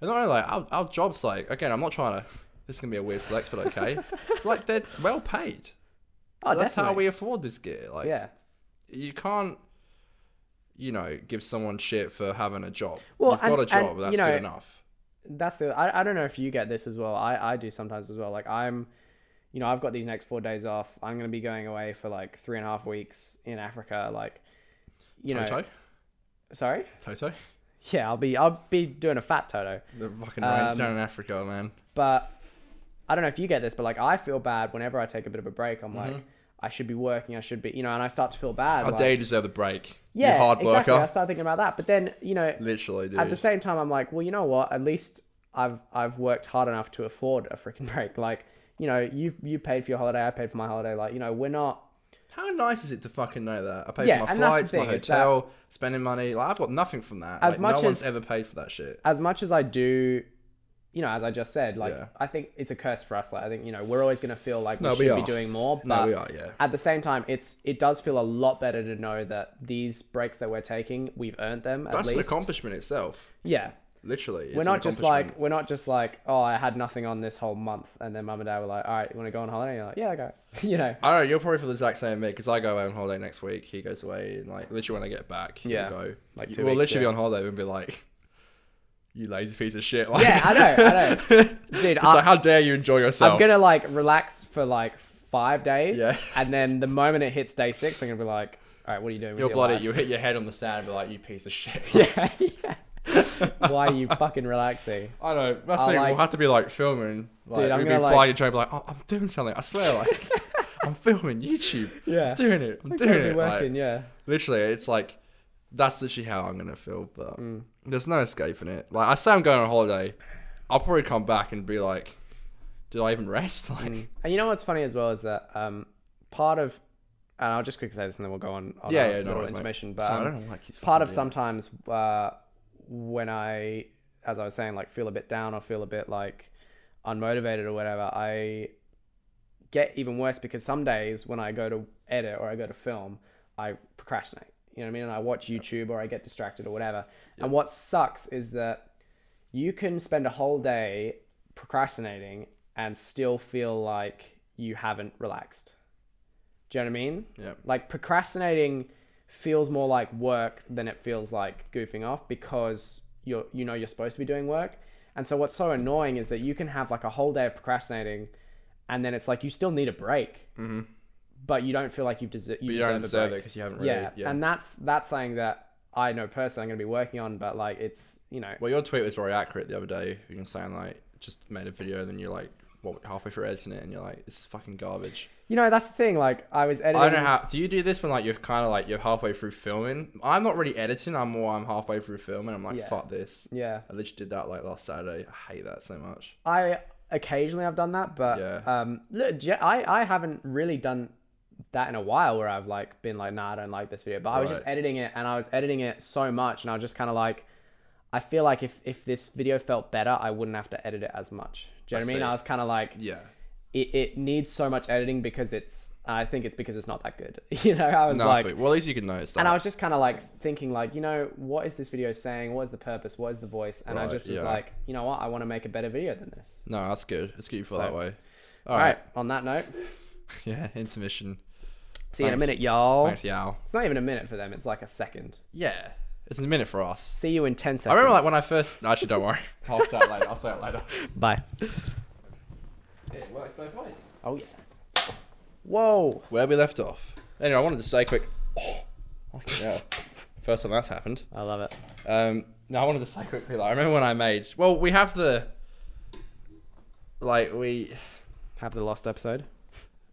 Speaker 1: And not only like our, our jobs, like again, I'm not trying to. This is gonna be a weird flex, but okay. like they're well paid.
Speaker 2: Oh,
Speaker 1: That's
Speaker 2: definitely.
Speaker 1: how we afford this gear. Like
Speaker 2: Yeah.
Speaker 1: you can't, you know, give someone shit for having a job.
Speaker 2: Well,
Speaker 1: You've
Speaker 2: and-
Speaker 1: got a
Speaker 2: and,
Speaker 1: job. that's
Speaker 2: you know,
Speaker 1: good enough.
Speaker 2: that's the I, I don't know if you get this as well I, I do sometimes as well like i'm you know i've got these next four days off i'm going to be going away for like three and a half weeks in africa like you know
Speaker 1: Toto,
Speaker 2: sorry
Speaker 1: Toto,
Speaker 2: yeah i'll be i'll be doing a fat toto
Speaker 1: the fucking rain's
Speaker 2: Um,
Speaker 1: down in Africa, man.
Speaker 2: but i don't know if you get this but like i feel bad whenever i take a bit of a break i'm
Speaker 1: Mm-hmm.
Speaker 2: like i should be working i should be you know and i start to feel bad
Speaker 1: How
Speaker 2: like,
Speaker 1: dare you deserve the break?
Speaker 2: yeah
Speaker 1: you hard
Speaker 2: exactly i
Speaker 1: worker.
Speaker 2: start thinking about that but then you know
Speaker 1: Literally, dude.
Speaker 2: at the same time, I'm like, well, you know what? At least I've I've worked hard enough to afford a freaking break. Like, you know, you you paid for your holiday, I paid for my holiday. Like, you know, we're not.
Speaker 1: How nice is it to fucking know that? I paid
Speaker 2: Yeah,
Speaker 1: for my
Speaker 2: and that's the
Speaker 1: flights, my
Speaker 2: thing, it's
Speaker 1: hotel, spending money. Like I've got nothing from that.
Speaker 2: As
Speaker 1: Like,
Speaker 2: much
Speaker 1: no one's
Speaker 2: as-
Speaker 1: ever paid for that shit.
Speaker 2: As much as I do, you know, as I just said, like,
Speaker 1: Yeah.
Speaker 2: I think it's a curse for us. Like, I think you know, we're always gonna feel like
Speaker 1: No,
Speaker 2: we
Speaker 1: we
Speaker 2: should be
Speaker 1: are.
Speaker 2: doing more. But
Speaker 1: No, we are, yeah.
Speaker 2: At the same time, it's it does feel a lot better to know that these breaks that we're taking, we've earned them at
Speaker 1: That's an
Speaker 2: least.
Speaker 1: accomplishment itself.
Speaker 2: yeah.
Speaker 1: Literally, it's
Speaker 2: we're
Speaker 1: an
Speaker 2: not just
Speaker 1: accomplishment.
Speaker 2: like we're not just like oh I had nothing on this whole month and then mum and dad were like all right you want to go on holiday and you're like yeah I go you know
Speaker 1: I don't know. You'll probably feel the exact same as me because I go away on holiday next week. He goes away, and like literally when I get back, he'll
Speaker 2: Yeah.
Speaker 1: go.
Speaker 2: Like
Speaker 1: you-
Speaker 2: two
Speaker 1: we'll
Speaker 2: weeks,
Speaker 1: literally
Speaker 2: yeah.
Speaker 1: be on holiday and be like, "You lazy piece of shit!" Like,
Speaker 2: Yeah, I know, I
Speaker 1: know,
Speaker 2: Dude,
Speaker 1: it's
Speaker 2: I-
Speaker 1: like how dare you enjoy yourself?
Speaker 2: I'm gonna like relax for like five days
Speaker 1: Yeah.
Speaker 2: and then the moment it hits day six I'm gonna be like all right what are you doing with
Speaker 1: You're
Speaker 2: your
Speaker 1: bloody.
Speaker 2: life?"
Speaker 1: You hit your head on the sand and be like, "You piece of shit."
Speaker 2: yeah, yeah. why are you fucking relaxing
Speaker 1: I know. That's the
Speaker 2: I
Speaker 1: thing.
Speaker 2: like-
Speaker 1: We'll have to be like filming. Like,
Speaker 2: Dude, I'm
Speaker 1: we'd be
Speaker 2: gonna, like-
Speaker 1: applying to Joe, be like, "Oh, I'm doing something. I swear, like, I'm filming YouTube.
Speaker 2: Yeah.
Speaker 1: I'm doing it. I'm
Speaker 2: I'm
Speaker 1: doing
Speaker 2: gonna be
Speaker 1: it. like,
Speaker 2: working yeah
Speaker 1: literally it's like that's literally how i'm gonna feel but
Speaker 2: Mm.
Speaker 1: there's no escaping it like i say i'm going on holiday i'll probably come back and be like did i even rest like
Speaker 2: And you know what's funny as well is that um, part of, and I'll just quickly say this, and then we'll go on. on
Speaker 1: Yeah,
Speaker 2: our
Speaker 1: yeah, no
Speaker 2: little
Speaker 1: worries, mate.
Speaker 2: intermission. But
Speaker 1: Sorry, I
Speaker 2: um,
Speaker 1: don't know why I keep
Speaker 2: part of
Speaker 1: fucking doing
Speaker 2: sometimes uh, when I, as I was saying, like feel a bit down or feel a bit like unmotivated or whatever, I get even worse because some days when I go to edit or I go to film, I procrastinate. You know what I mean? And I watch YouTube or I get distracted or whatever. And what sucks is that you can spend a whole day procrastinating and still feel like you haven't relaxed. Do you know what I mean?
Speaker 1: Yeah.
Speaker 2: Like procrastinating feels more like work than it feels like goofing off because you're you know you're supposed to be doing work. And so what's so annoying is that you can have like a whole day of procrastinating and then it's like you still need a break. Mm-hmm. But you don't feel like you've deser-
Speaker 1: you
Speaker 2: you, deserve
Speaker 1: don't deserve
Speaker 2: a
Speaker 1: it
Speaker 2: break.
Speaker 1: because you haven't really
Speaker 2: Yeah.
Speaker 1: yeah,
Speaker 2: And that's that's something that I know personally I'm gonna be working on, but like it's you know
Speaker 1: well your tweet was very accurate the other day you were saying like just made a video and then you're like what halfway through editing it and you're like this is fucking garbage
Speaker 2: you know that's the thing. Like I was editing
Speaker 1: i don't know how do you do this when like you're kind of like you're halfway through filming i'm not really editing i'm more i'm halfway through filming i'm like
Speaker 2: Yeah.
Speaker 1: fuck this
Speaker 2: Yeah.
Speaker 1: i literally did that like last saturday i hate that so much
Speaker 2: I occasionally I've done that, but
Speaker 1: Yeah.
Speaker 2: um, look, ge- I I haven't really done that in a while where I've like been like, nah, I don't like this video. But I was just
Speaker 1: Right.
Speaker 2: editing it, and I was editing it so much, and I was just kind of like, I feel like if if this video felt better, I wouldn't have to edit it as much. Do you know what I mean?
Speaker 1: see.
Speaker 2: I was kind of like,
Speaker 1: yeah
Speaker 2: it, it needs so much editing because it's. I think it's because it's not that good. You know, I was
Speaker 1: No,
Speaker 2: like,
Speaker 1: I think- well, at least you can notice that.
Speaker 2: and I was just kind of like thinking, like, you know, what is this video saying? What is the purpose? What is the voice? And I
Speaker 1: Right,
Speaker 2: just was
Speaker 1: yeah.
Speaker 2: like, you know what? I want to make a better video than this.
Speaker 1: no, that's good. It's good you feel
Speaker 2: So-
Speaker 1: that way.
Speaker 2: All right. On that note,
Speaker 1: Yeah, intermission.
Speaker 2: see you in a
Speaker 1: Thanks.
Speaker 2: minute, y'all.
Speaker 1: Thanks, Yao.
Speaker 2: It's not even a minute for them. It's like a second.
Speaker 1: Yeah, it's a minute for us.
Speaker 2: See you in ten seconds.
Speaker 1: I remember like when I first. No, actually, don't worry. I'll say it later. I'll say it later.
Speaker 2: Bye.
Speaker 1: It works both ways.
Speaker 2: Oh yeah. Whoa.
Speaker 1: Where we left off. Anyway, I wanted to say quick. Oh, yeah. First time that's happened.
Speaker 2: I love it.
Speaker 1: Um, no, I wanted to say quickly. Like, I remember when I made. Well, we have the. Like we,
Speaker 2: Have the lost episode.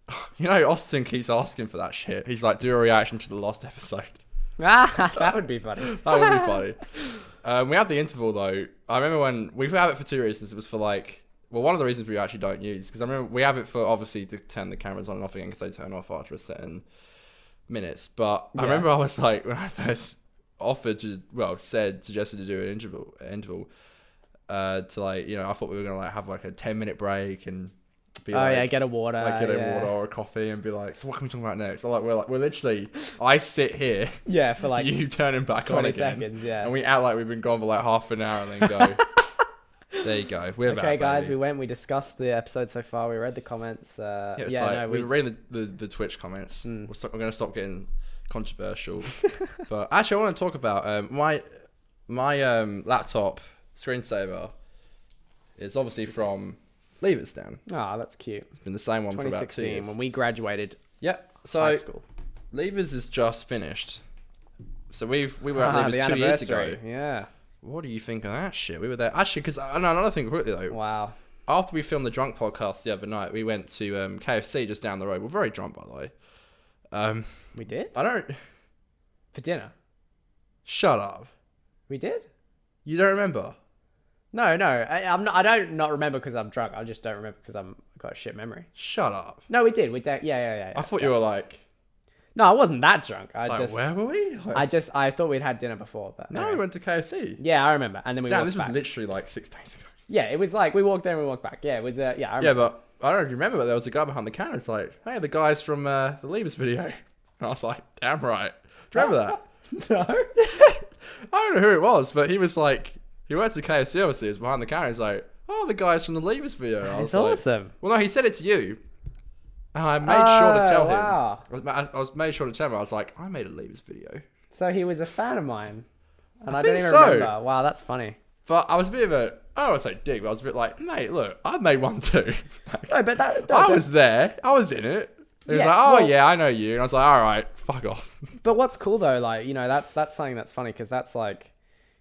Speaker 1: you know, Austin keeps asking for that shit. He's like, do a reaction to the last episode.
Speaker 2: Ah, that would be funny.
Speaker 1: that would be funny. Um, we had the interval though. I remember when we have it for two reasons. It was for like, well, one of the reasons we actually don't use because I remember we have it for obviously to turn the cameras on and off again because they turn off after a certain minutes. But I
Speaker 2: Yeah.
Speaker 1: remember I was like when I first offered to, well, said suggested to do an interval, an interval, uh, to like you know I thought we were gonna like have like a ten minute break and be
Speaker 2: Oh
Speaker 1: like,
Speaker 2: yeah, get a water.
Speaker 1: like get a
Speaker 2: yeah.
Speaker 1: water or a coffee and be like, so what can we talk about next? I'm like we're like we're literally I sit here
Speaker 2: Yeah, for like
Speaker 1: you turning back on
Speaker 2: 20
Speaker 1: again.
Speaker 2: seconds, yeah.
Speaker 1: And we act like we've been gone for like half an hour and then go. there you go. We're
Speaker 2: Okay,
Speaker 1: back,
Speaker 2: guys, we
Speaker 1: baby.
Speaker 2: went. We discussed the episode so far. We read the comments. Uh,
Speaker 1: Yeah,
Speaker 2: yeah,
Speaker 1: it's like,
Speaker 2: no,
Speaker 1: we
Speaker 2: we, Mm.
Speaker 1: were reading the, the, the Twitch comments. We're, stop, we're going to stop getting controversial. but actually, I want to talk about um, my my um, laptop screensaver. It's obviously from Leave It Stan.
Speaker 2: Ah, that's cute.
Speaker 1: It's been the same one for about two
Speaker 2: 2016,
Speaker 1: years.
Speaker 2: when we graduated
Speaker 1: yeah,
Speaker 2: high
Speaker 1: so
Speaker 2: school.
Speaker 1: Levers is just finished. So we've we were at
Speaker 2: Ah, the
Speaker 1: Levers two years ago.
Speaker 2: anniversary. Yeah.
Speaker 1: What do you think of that shit? We were there actually because another thing quickly though.
Speaker 2: Wow.
Speaker 1: after we filmed the drunk podcast the other night, we went to um, KFC just down the road. We're very drunk, by the way. Um,
Speaker 2: We did
Speaker 1: I don't.
Speaker 2: for dinner.
Speaker 1: Shut up.
Speaker 2: We did.
Speaker 1: You don't remember?
Speaker 2: No, no, I, I'm not. I don't not remember because I'm drunk. I just don't remember because I'm I've got a shit memory.
Speaker 1: Shut up.
Speaker 2: No, we did. We did. Yeah, yeah, yeah. yeah.
Speaker 1: I thought you were like,
Speaker 2: no, I wasn't that drunk. I
Speaker 1: it's like
Speaker 2: just,
Speaker 1: where were we? Like,
Speaker 2: I just, I thought we'd had dinner before, but
Speaker 1: no, we
Speaker 2: anyway.
Speaker 1: went to KFC.
Speaker 2: yeah, I remember. And then we
Speaker 1: Damn,
Speaker 2: walked
Speaker 1: this was
Speaker 2: back.
Speaker 1: literally like six days ago.
Speaker 2: yeah, it was like we walked there and we walked back. Yeah, it was. Uh, yeah, I
Speaker 1: Yeah,
Speaker 2: remember.
Speaker 1: but I don't know if you remember, but there was a guy behind the counter. It's like, hey, the guys from uh, the Leavers video. And I was like, damn right. Do you remember that?
Speaker 2: no.
Speaker 1: I don't know who it was, but he was like, He worked at KFC obviously. He was behind the counter. He's like, oh, the guys from the Leavers video. I
Speaker 2: It's
Speaker 1: was like-
Speaker 2: awesome.
Speaker 1: well, no, he said it to you. And I made sure
Speaker 2: Oh,
Speaker 1: to tell
Speaker 2: wow.
Speaker 1: him. I was, I was made sure to tell him. I was like, I made a Leavers video.
Speaker 2: So he was a fan of mine, and I,
Speaker 1: think
Speaker 2: don't even
Speaker 1: so.
Speaker 2: remember. Wow, that's funny.
Speaker 1: But I was a bit of a, I would say dick, but I was a bit like, mate, look, I made one too.
Speaker 2: No, but that. no,
Speaker 1: I
Speaker 2: but,
Speaker 1: was there. I was in it. He was
Speaker 2: Yeah,
Speaker 1: like, oh,
Speaker 2: well-
Speaker 1: yeah, I know you. And I was like, all right, fuck off.
Speaker 2: but what's cool though, like you know, that's that's something that's funny because that's like,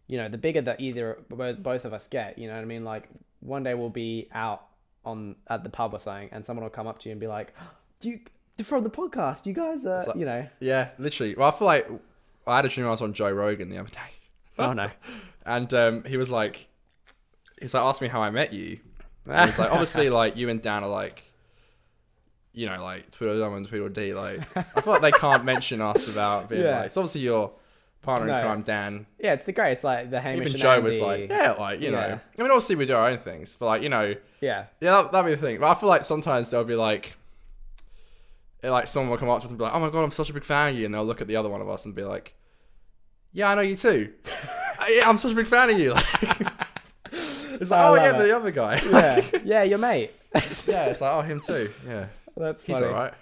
Speaker 2: you know, the bigger that either both both of us get, you know what I mean? Like one day we'll be out on at the pub or something, and someone will come up to you and be like, "Do you from the podcast? You guys are, you know."
Speaker 1: Yeah, literally. Well, I feel like I had a dream I was on Joe Rogan the other day.
Speaker 2: Oh no.
Speaker 1: And um, he was like, he's like, asked me how I met you. And he's like, obviously, like, you and Dan are like, you know, like, Twiddledum and Tweedledee. Like, I feel like they can't mention us without being
Speaker 2: Yeah.
Speaker 1: like, it's obviously your partner
Speaker 2: No.
Speaker 1: in crime, Dan.
Speaker 2: Yeah, it's the great. It's like the Hamish
Speaker 1: Even
Speaker 2: and
Speaker 1: Joe was
Speaker 2: Andy-
Speaker 1: like, yeah, like, you
Speaker 2: Yeah.
Speaker 1: know. I mean, obviously, we do our own things, but like, you know,
Speaker 2: yeah,
Speaker 1: Yeah, that, that'd be the thing. But I feel like sometimes they'll be like, eh, like someone will come up to us and be like, "Oh my god, I'm such a big fan of you," and they'll look at the other one of us and be like, "Yeah, I know you too. Uh, yeah, I'm such a big fan of you." Like, it's like,
Speaker 2: I
Speaker 1: "Oh
Speaker 2: love
Speaker 1: yeah,
Speaker 2: it.
Speaker 1: the other guy."
Speaker 2: yeah, yeah, your mate.
Speaker 1: yeah, it's like, "Oh, him too." Yeah,
Speaker 2: that's
Speaker 1: he's
Speaker 2: funny.
Speaker 1: all right.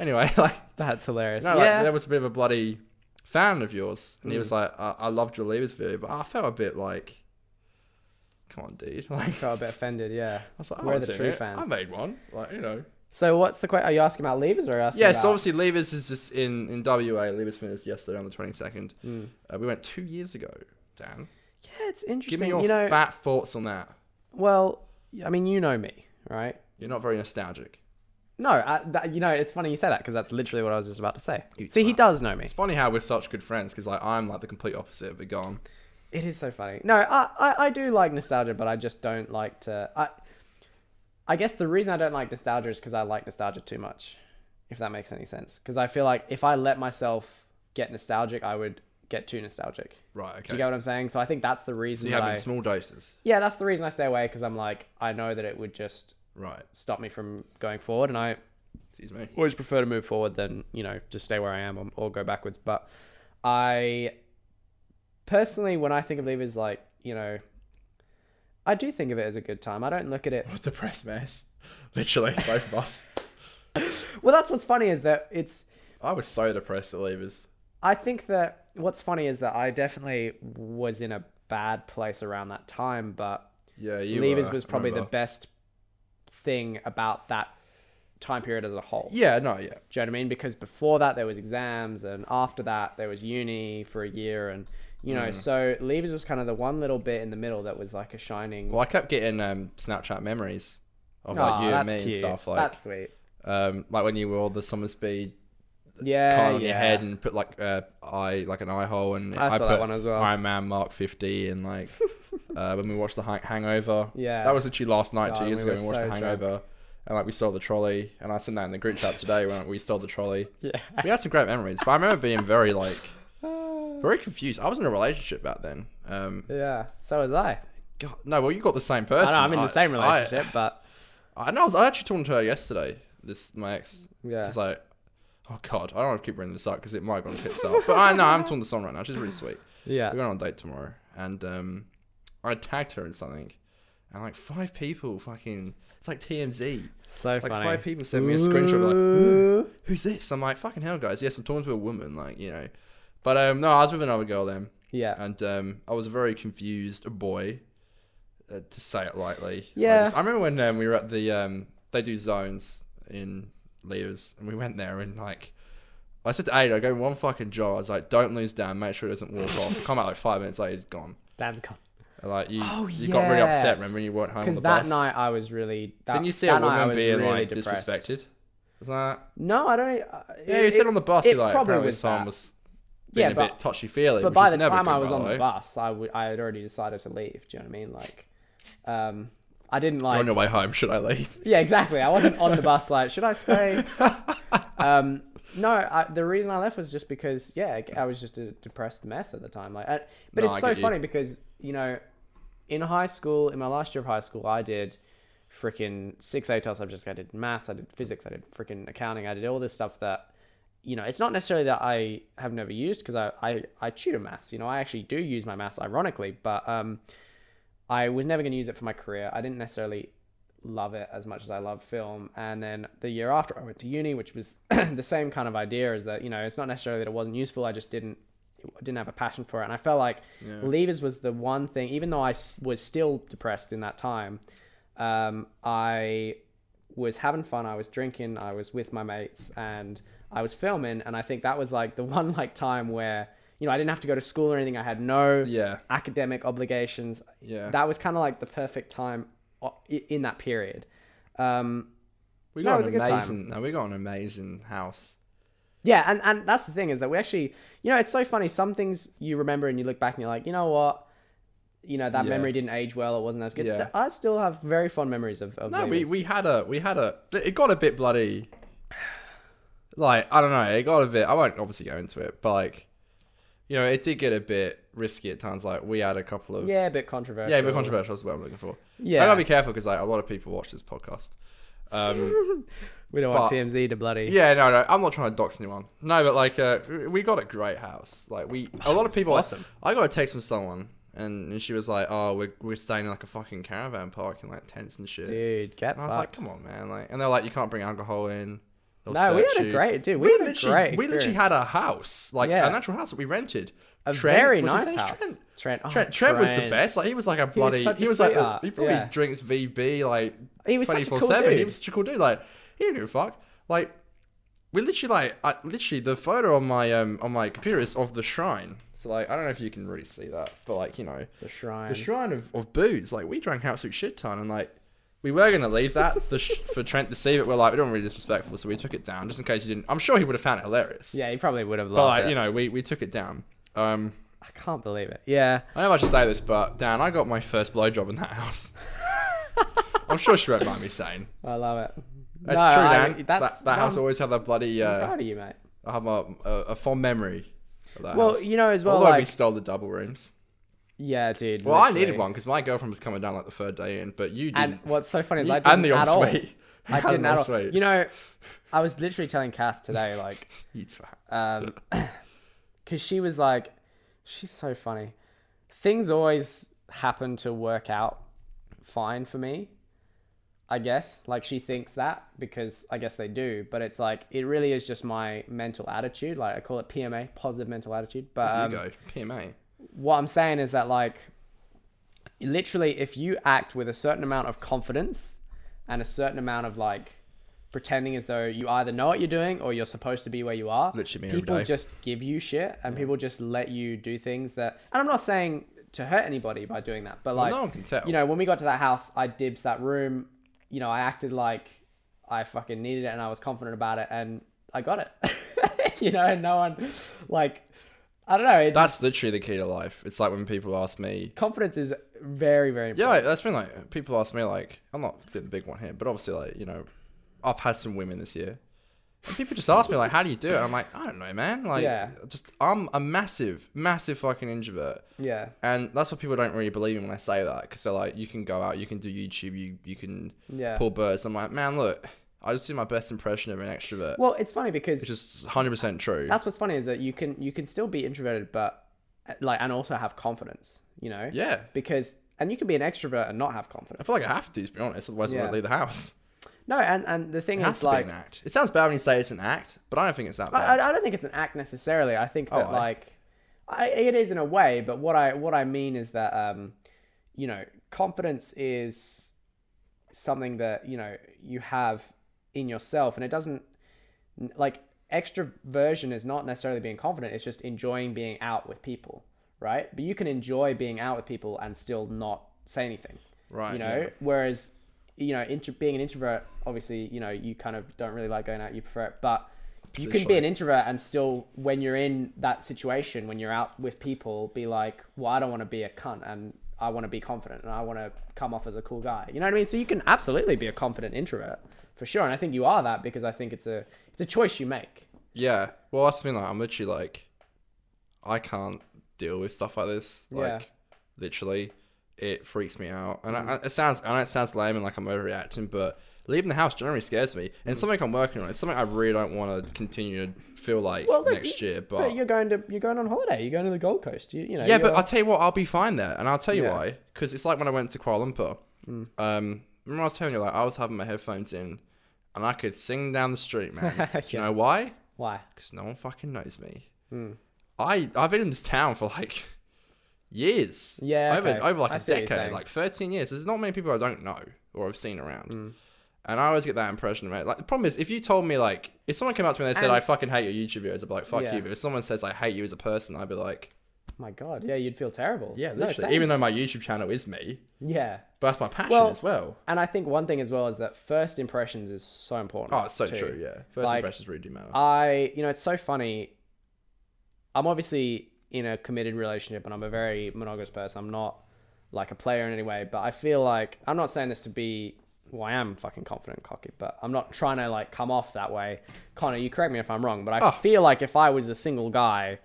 Speaker 1: Anyway, like,
Speaker 2: That's hilarious.
Speaker 1: no,
Speaker 2: yeah, Mm.
Speaker 1: like, there was a bit of a bloody fan of yours, and he was like, "I, I loved your Leavers video, but I felt a bit like." Come on, dude! Like,
Speaker 2: got a bit offended. Yeah,
Speaker 1: I was like, "Oh, I
Speaker 2: we're
Speaker 1: was
Speaker 2: the
Speaker 1: in
Speaker 2: true
Speaker 1: it.
Speaker 2: fans.
Speaker 1: I made one, like you know.
Speaker 2: So what's the question? Are you asking about levers or are you asking
Speaker 1: Yeah,
Speaker 2: about...
Speaker 1: so obviously Levers is just in in WA. Levers finished yesterday on the twenty second.
Speaker 2: Hmm.
Speaker 1: Uh, we went two years ago. Dan,
Speaker 2: Yeah, it's
Speaker 1: give
Speaker 2: interesting.
Speaker 1: me your
Speaker 2: you know,
Speaker 1: fat thoughts on that.
Speaker 2: well, I mean, you know me, right?
Speaker 1: You're not very nostalgic.
Speaker 2: No, I, that, you know, it's funny you say that because that's literally what I was just about to say.
Speaker 1: You
Speaker 2: See, he does know me.
Speaker 1: It's funny how we're such good friends because like I'm like the complete opposite of a gone.
Speaker 2: It is so funny. No, I, I, I do like nostalgia, but I just don't like to. I, I guess the reason I don't like nostalgia is because I like nostalgia too much, if that makes any sense. Because I feel like if I let myself get nostalgic, I would get too nostalgic.
Speaker 1: Right. Okay.
Speaker 2: Do you get what I'm saying? So I think that's the reason.
Speaker 1: you
Speaker 2: that
Speaker 1: have it
Speaker 2: I-
Speaker 1: in small doses.
Speaker 2: yeah, that's the reason I stay away because I'm like, I know that it would just
Speaker 1: Right.
Speaker 2: stop me from going forward, and I
Speaker 1: Excuse me.
Speaker 2: always prefer to move forward than you know just stay where I am or, or go backwards. But I personally, when I think of leavers, like you know, I do think of it as a good time. I don't look at it.
Speaker 1: What a depressed mess. Literally, both of us.
Speaker 2: Well, that's what's funny is that it's.
Speaker 1: I was so depressed at Levers.
Speaker 2: I think that what's funny is that I definitely was in a bad place around that time, but
Speaker 1: Yeah, you.
Speaker 2: leavers
Speaker 1: were,
Speaker 2: was
Speaker 1: I
Speaker 2: probably the
Speaker 1: remember.
Speaker 2: best thing about that time period as a whole.
Speaker 1: Yeah. No. Yeah.
Speaker 2: Do you know what I mean? Because before that there was exams, and after that there was uni for a year, and you
Speaker 1: Hmm.
Speaker 2: know, so leavers was kind of the one little bit in the middle that was like a shining.
Speaker 1: Well, I kept getting um, Snapchat memories of like
Speaker 2: Aw,
Speaker 1: you and
Speaker 2: that's
Speaker 1: me
Speaker 2: cute.
Speaker 1: and stuff like
Speaker 2: that's sweet.
Speaker 1: um like when you were all the summer speed
Speaker 2: Yeah,
Speaker 1: card on
Speaker 2: Uh, yeah.
Speaker 1: your head and put like uh eye like an eye hole and
Speaker 2: I saw
Speaker 1: put
Speaker 2: that one as well.
Speaker 1: Iron Man Mark 50 and like uh, when we watched the hang- Hangover
Speaker 2: Yeah.
Speaker 1: that was literally last night
Speaker 2: God,
Speaker 1: two years
Speaker 2: we
Speaker 1: ago when
Speaker 2: were
Speaker 1: we watched
Speaker 2: so
Speaker 1: the Hangover and like we stole the trolley and I sent that in the group chat today when we stole the trolley
Speaker 2: Yeah.
Speaker 1: we had some great memories but I remember being very like very confused I was in a relationship back then um
Speaker 2: Yeah, so was I.
Speaker 1: God, no well you got the same
Speaker 2: I
Speaker 1: person
Speaker 2: know I'm in
Speaker 1: I-
Speaker 2: the same
Speaker 1: I-
Speaker 2: relationship, but
Speaker 1: I know. I was I actually talking to her yesterday. This my ex.
Speaker 2: Yeah.
Speaker 1: It's like, oh god, I don't want to keep bringing this up because it might go and tits up. But I know I'm talking to someone right now. She's really sweet.
Speaker 2: yeah,
Speaker 1: We're going on a date tomorrow, and um, I tagged her in something, and like five people fucking. It's like TMZ.
Speaker 2: so
Speaker 1: Like
Speaker 2: funny.
Speaker 1: five people sent me a screenshot of like,
Speaker 2: Ooh.
Speaker 1: "Ooh, who's this? I'm like, fucking hell, guys. Yes, I'm talking to a woman. Like, you know. But um, no, I was with another girl then,
Speaker 2: yeah,
Speaker 1: and um, I was a very confused boy. Uh, to say it lightly. I
Speaker 2: Yeah.
Speaker 1: just- I, remember when um, we were at the um, they do zones in Leavers, and we went there and like. I said to Ada, I go one fucking job. I was like, "Don't lose Dan. Make sure he doesn't walk off." Come out like five minutes later, he's gone.
Speaker 2: Dan's gone.
Speaker 1: And, like you,
Speaker 2: Oh,
Speaker 1: you got really
Speaker 2: yeah.
Speaker 1: upset. Remember, when you weren't home on
Speaker 2: Because
Speaker 1: the
Speaker 2: that
Speaker 1: bus.
Speaker 2: night I was really. That,
Speaker 1: Didn't you see
Speaker 2: that
Speaker 1: a
Speaker 2: night I
Speaker 1: woman
Speaker 2: was
Speaker 1: being
Speaker 2: really
Speaker 1: like
Speaker 2: depressed.
Speaker 1: disrespected? Was that?
Speaker 2: No, I don't. Uh,
Speaker 1: Yeah, you
Speaker 2: it-
Speaker 1: said on the bus,
Speaker 2: It
Speaker 1: you like
Speaker 2: probably
Speaker 1: apparently
Speaker 2: was
Speaker 1: someone
Speaker 2: that.
Speaker 1: was being
Speaker 2: Yeah,
Speaker 1: a
Speaker 2: but
Speaker 1: bit touchy feely.
Speaker 2: but by the time I was on the bus, I would I had already decided to leave. Do you know what I mean? Like, um, I didn't like.
Speaker 1: eh? on your way home, should I leave?
Speaker 2: Yeah, exactly. I wasn't on the bus. Like, should I stay? um, no, I, the reason I left was just because yeah, I was just a depressed mess at the time. Like, I, but
Speaker 1: No,
Speaker 2: it's
Speaker 1: I
Speaker 2: so
Speaker 1: get you.
Speaker 2: funny because you know, in high school, in my last year of high school, I did freaking six ATEL subjects. I did maths. I did physics. I did freaking accounting. I did all this stuff that. You know, it's not necessarily that I have never used because I, I I tutor maths. You know, I actually do use my maths, ironically, but um, I was never going to use it for my career. I didn't necessarily love it as much as I love film. And then the year after, I went to uni, which was the same kind of idea. Is that you know, it's not necessarily that it wasn't useful. I just didn't I didn't have a passion for it. And I felt like
Speaker 1: Yeah.
Speaker 2: levers was the one thing. Even though I s- was still depressed in that time, um, I was having fun. I was drinking. I was with my mates, and I was filming. And I think that was like the one like time where you know I didn't have to go to school or anything. I had no
Speaker 1: Yeah.
Speaker 2: academic obligations.
Speaker 1: Yeah.
Speaker 2: That was kind of like the perfect time o- i- in that period. Um,
Speaker 1: we
Speaker 2: no, it
Speaker 1: got
Speaker 2: was a
Speaker 1: an
Speaker 2: good time.
Speaker 1: amazing. No, we got an amazing house.
Speaker 2: yeah, and, and that's the thing is that we actually, you know, it's so funny. Some things you remember and you look back and you're like, you know what? You know, that
Speaker 1: Yeah.
Speaker 2: memory didn't age well. It wasn't as good.
Speaker 1: Yeah.
Speaker 2: I still have very fond memories of, of
Speaker 1: No, we,
Speaker 2: Leavers.
Speaker 1: we had a we had a it got a bit bloody like I don't know, it got a bit I won't obviously go into it, but like you know, it did get a bit risky at times. Like we had a couple of
Speaker 2: Yeah, a bit controversial.
Speaker 1: yeah, but controversial is what I'm looking for.
Speaker 2: Yeah.
Speaker 1: I gotta be careful because like a lot of people watch this podcast. Um,
Speaker 2: We don't
Speaker 1: but-
Speaker 2: want TMZ to bloody.
Speaker 1: yeah, no, no, I'm not trying to dox anyone. No, but like uh, we- we got a great house. Like we, a lot of people.
Speaker 2: awesome.
Speaker 1: I got a text from someone, and, and she was like, "Oh, we're we're staying in like a fucking caravan park and like tents and shit."
Speaker 2: Dude, get
Speaker 1: And I was like,
Speaker 2: fucked.
Speaker 1: come on, man. Like, and they're like, you can't bring alcohol in. They'll
Speaker 2: no, we
Speaker 1: search
Speaker 2: had a
Speaker 1: you."
Speaker 2: great, dude. We,
Speaker 1: We
Speaker 2: had a
Speaker 1: literally,
Speaker 2: great.
Speaker 1: we literally
Speaker 2: experience.
Speaker 1: had a house, like
Speaker 2: Yeah.
Speaker 1: an actual house that we rented.
Speaker 2: a
Speaker 1: Trent-
Speaker 2: very
Speaker 1: was his
Speaker 2: nice
Speaker 1: name
Speaker 2: house.
Speaker 1: Trent?
Speaker 2: Trent, oh,
Speaker 1: Trent, Trent was the
Speaker 2: Trent.
Speaker 1: best. Like he was like a bloody. He was, like
Speaker 2: such a
Speaker 1: the,
Speaker 2: sweetheart,
Speaker 1: he probably
Speaker 2: yeah.
Speaker 1: drinks VB like
Speaker 2: He was such
Speaker 1: twenty
Speaker 2: a cool
Speaker 1: four seven. He
Speaker 2: dude.
Speaker 1: was such a cool dude. Like he didn't give a fuck. Like we literally like I, literally the photo on my um on my computer is of the shrine. So like I don't know if you can really see that, but like you know
Speaker 2: The shrine.
Speaker 1: the shrine of, of booze. Like we drank absolute shit ton, and like we were gonna leave that the sh- for Trent to see, but we're like we don't want to be disrespectful, so we took it down just in case he didn't. I'm sure he would have found it hilarious.
Speaker 2: Yeah, he probably would have loved
Speaker 1: but like
Speaker 2: it.
Speaker 1: you know, we we took it down. Um,
Speaker 2: I can't believe it. Yeah.
Speaker 1: I know I should say this, but Dan, I got my first blowjob in that house. I'm sure she won't mind me saying.
Speaker 2: I love it.
Speaker 1: That's
Speaker 2: No,
Speaker 1: true,
Speaker 2: I-
Speaker 1: Dan.
Speaker 2: that's
Speaker 1: that that house
Speaker 2: I'm
Speaker 1: always had that bloody. Uh,
Speaker 2: proud of you, mate.
Speaker 1: I have a, a, a fond memory. Of that
Speaker 2: Well,
Speaker 1: house.
Speaker 2: you know as well,
Speaker 1: Although we
Speaker 2: like
Speaker 1: stole the double rooms.
Speaker 2: yeah, dude.
Speaker 1: Well, I
Speaker 2: literally.
Speaker 1: needed one because my girlfriend was coming down like the third day in, but you didn't.
Speaker 2: And what's so funny is
Speaker 1: You-
Speaker 2: I didn't
Speaker 1: and the
Speaker 2: at all.
Speaker 1: ensuite.
Speaker 2: I
Speaker 1: And
Speaker 2: didn't
Speaker 1: the
Speaker 2: at all.
Speaker 1: ensuite.
Speaker 2: You know, I was literally telling Kath today, like,
Speaker 1: You twat.
Speaker 2: um, because she was like, she's so funny. Things always happen to work out fine for me. I guess like she thinks that because I guess they do, but it's like it really is just my mental attitude. Like I call it PMA, positive mental attitude. But
Speaker 1: you
Speaker 2: um,
Speaker 1: go. PMA.
Speaker 2: what I'm saying is that like literally if you act with a certain amount of confidence and a certain amount of like pretending as though you either know what you're doing or you're supposed to be where you are
Speaker 1: Literally me every
Speaker 2: people
Speaker 1: day.
Speaker 2: just give you shit and people just let you do things that and I'm not saying to hurt anybody by doing that but like
Speaker 1: Oh, no one can tell.
Speaker 2: you know when we got to that house I dibs that room you know I acted like I fucking needed it and I was confident about it and I got it you know and no one like I don't know it
Speaker 1: That's literally the key to life. It's like when people ask me.
Speaker 2: confidence is very very important.
Speaker 1: Yeah, like, that's been like people ask me like I'm not doing the big one here, but obviously like you know, I've had some women this year. And people just ask me like, "How do you do it?" And I'm like, "I don't know, man. Like,
Speaker 2: Yeah.
Speaker 1: just I'm a massive, massive fucking introvert."
Speaker 2: yeah
Speaker 1: And that's what people don't really believe in when I say that because they're like, you can go out, you can do YouTube, you you can
Speaker 2: Yeah.
Speaker 1: pull birds. I'm like, man, look, I just do my best impression of an extrovert,
Speaker 2: well it's funny because
Speaker 1: which is 100 percent true.
Speaker 2: that's what's funny is that you can you can still be introverted but uh, like and also have confidence you know
Speaker 1: yeah,
Speaker 2: because and you can be an extrovert and not have
Speaker 1: I
Speaker 2: confidence
Speaker 1: feel like I have to, to be honest. Otherwise, I
Speaker 2: Yeah.
Speaker 1: won't leave the house.
Speaker 2: no and and the thing
Speaker 1: It has
Speaker 2: is
Speaker 1: to
Speaker 2: like
Speaker 1: be an act. It sounds bad when you say it's an act, but I don't think it's that
Speaker 2: I,
Speaker 1: bad.
Speaker 2: I don't think it's an act necessarily. I think that
Speaker 1: I-
Speaker 2: like I, it is in a way, but what I what I mean is that um, you know, confidence is something that you know you have in yourself, and it doesn't like extroversion is not necessarily being confident. It's just enjoying being out with people, right? But you can enjoy being out with people and still not say anything
Speaker 1: right.
Speaker 2: you know
Speaker 1: yeah.
Speaker 2: whereas you know intro- being an introvert obviously you know you kind of don't really like going out you prefer it but you can be
Speaker 1: Potentially.
Speaker 2: an introvert and still when you're in that situation when you're out with people be like well i don't want to be a cunt and i want to be confident and i want to come off as a cool guy you know what i mean so you can absolutely be a confident introvert for sure and i think you are that because i think it's a it's a choice you make
Speaker 1: Yeah. Well, that's the thing. Like, I'm literally like, I can't deal with stuff like this. Like,
Speaker 2: Yeah. Mm.
Speaker 1: literally, it freaks me out. And I, I- it sounds, I know it sounds lame and like I'm overreacting, but leaving the house generally scares me. And
Speaker 2: Mm.
Speaker 1: it's something I'm working on. It's something I really don't want to continue to feel like
Speaker 2: Well, look,
Speaker 1: next
Speaker 2: you-
Speaker 1: year. But,
Speaker 2: But you're going to you're going on holiday. You're going to the Gold Coast. You, you know.
Speaker 1: yeah, but
Speaker 2: you're-
Speaker 1: I'll tell you what, I'll be fine there, and I'll tell you
Speaker 2: Yeah. Mm.
Speaker 1: why. Because it's like when I went to Kuala Lumpur. Um, remember I was telling you like I was having my headphones in, and I could sing down the street, man. You
Speaker 2: Yeah.
Speaker 1: know why?
Speaker 2: why?
Speaker 1: Because no one fucking knows me.
Speaker 2: Hmm.
Speaker 1: I I've been in this town for like years.
Speaker 2: Yeah,
Speaker 1: over
Speaker 2: okay.
Speaker 1: over like
Speaker 2: I
Speaker 1: a
Speaker 2: see what you're
Speaker 1: decade,
Speaker 2: saying.
Speaker 1: like thirteen years. There's not many people I don't know or I've seen around.
Speaker 2: Hmm.
Speaker 1: And I always get that impression, mate. Like the problem is, if you told me, like, if someone came up to me and they said,
Speaker 2: And-
Speaker 1: "I fucking hate your YouTube videos," I'd be like, "Fuck
Speaker 2: Yeah.
Speaker 1: you." But if someone says, "I hate you as a person," I'd be like,
Speaker 2: My God. Yeah, you'd feel terrible.
Speaker 1: yeah,
Speaker 2: No,
Speaker 1: literally.
Speaker 2: same.
Speaker 1: Even though my YouTube channel is me,
Speaker 2: yeah.
Speaker 1: but that's my passion
Speaker 2: Well-
Speaker 1: as well.
Speaker 2: And I think one thing as well is that first impressions is so important.
Speaker 1: Oh, it's so
Speaker 2: too.
Speaker 1: true. Yeah, first
Speaker 2: Like,
Speaker 1: impressions really do matter.
Speaker 2: I, you know, it's so funny. I'm obviously in a committed relationship and I'm a very monogamous person. I'm not like a player in any way, but I feel like I'm not saying this to be, well, I am fucking confident and cocky, but I'm not trying to like come off that way. Connor, you correct me if I'm wrong, but I
Speaker 1: Oh.
Speaker 2: feel like if I was a single guy,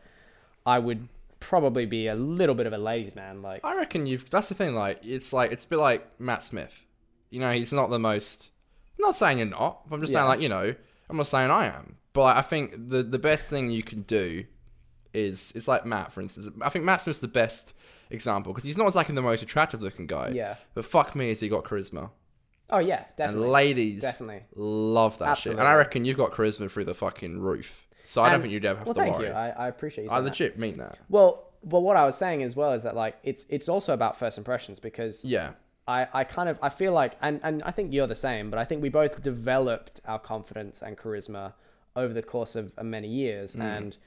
Speaker 2: I would probably be a little bit of a ladies' man. Like,
Speaker 1: I reckon you've. That's the thing. Like, it's like it's a bit like Matt Smith. You know, he's not the most. I'm not saying you're not. But I'm just saying,
Speaker 2: Yeah.
Speaker 1: like, you know, I'm not saying I am. But like, I think the the best thing you can do is it's like Matt, for instance. I think Matt Smith's the best example because he's not like the most attractive looking guy.
Speaker 2: Yeah.
Speaker 1: But fuck me, has he got charisma?
Speaker 2: oh, yeah,
Speaker 1: And
Speaker 2: definitely.
Speaker 1: ladies
Speaker 2: Definitely.
Speaker 1: love that shit. And I
Speaker 2: Absolutely.
Speaker 1: reckon you've got charisma through the fucking roof. So I don't
Speaker 2: And-
Speaker 1: think you'd ever have
Speaker 2: well,
Speaker 1: to
Speaker 2: thank
Speaker 1: worry.
Speaker 2: you. I, I appreciate you.
Speaker 1: I
Speaker 2: saying that.
Speaker 1: legit mean that.
Speaker 2: Well, but what I was saying as well is that like it's it's also about first impressions because
Speaker 1: Yeah.
Speaker 2: I, I kind of I feel like and, and I think you're the same, but I think we both developed our confidence and charisma over the course of many years
Speaker 1: Mm.
Speaker 2: and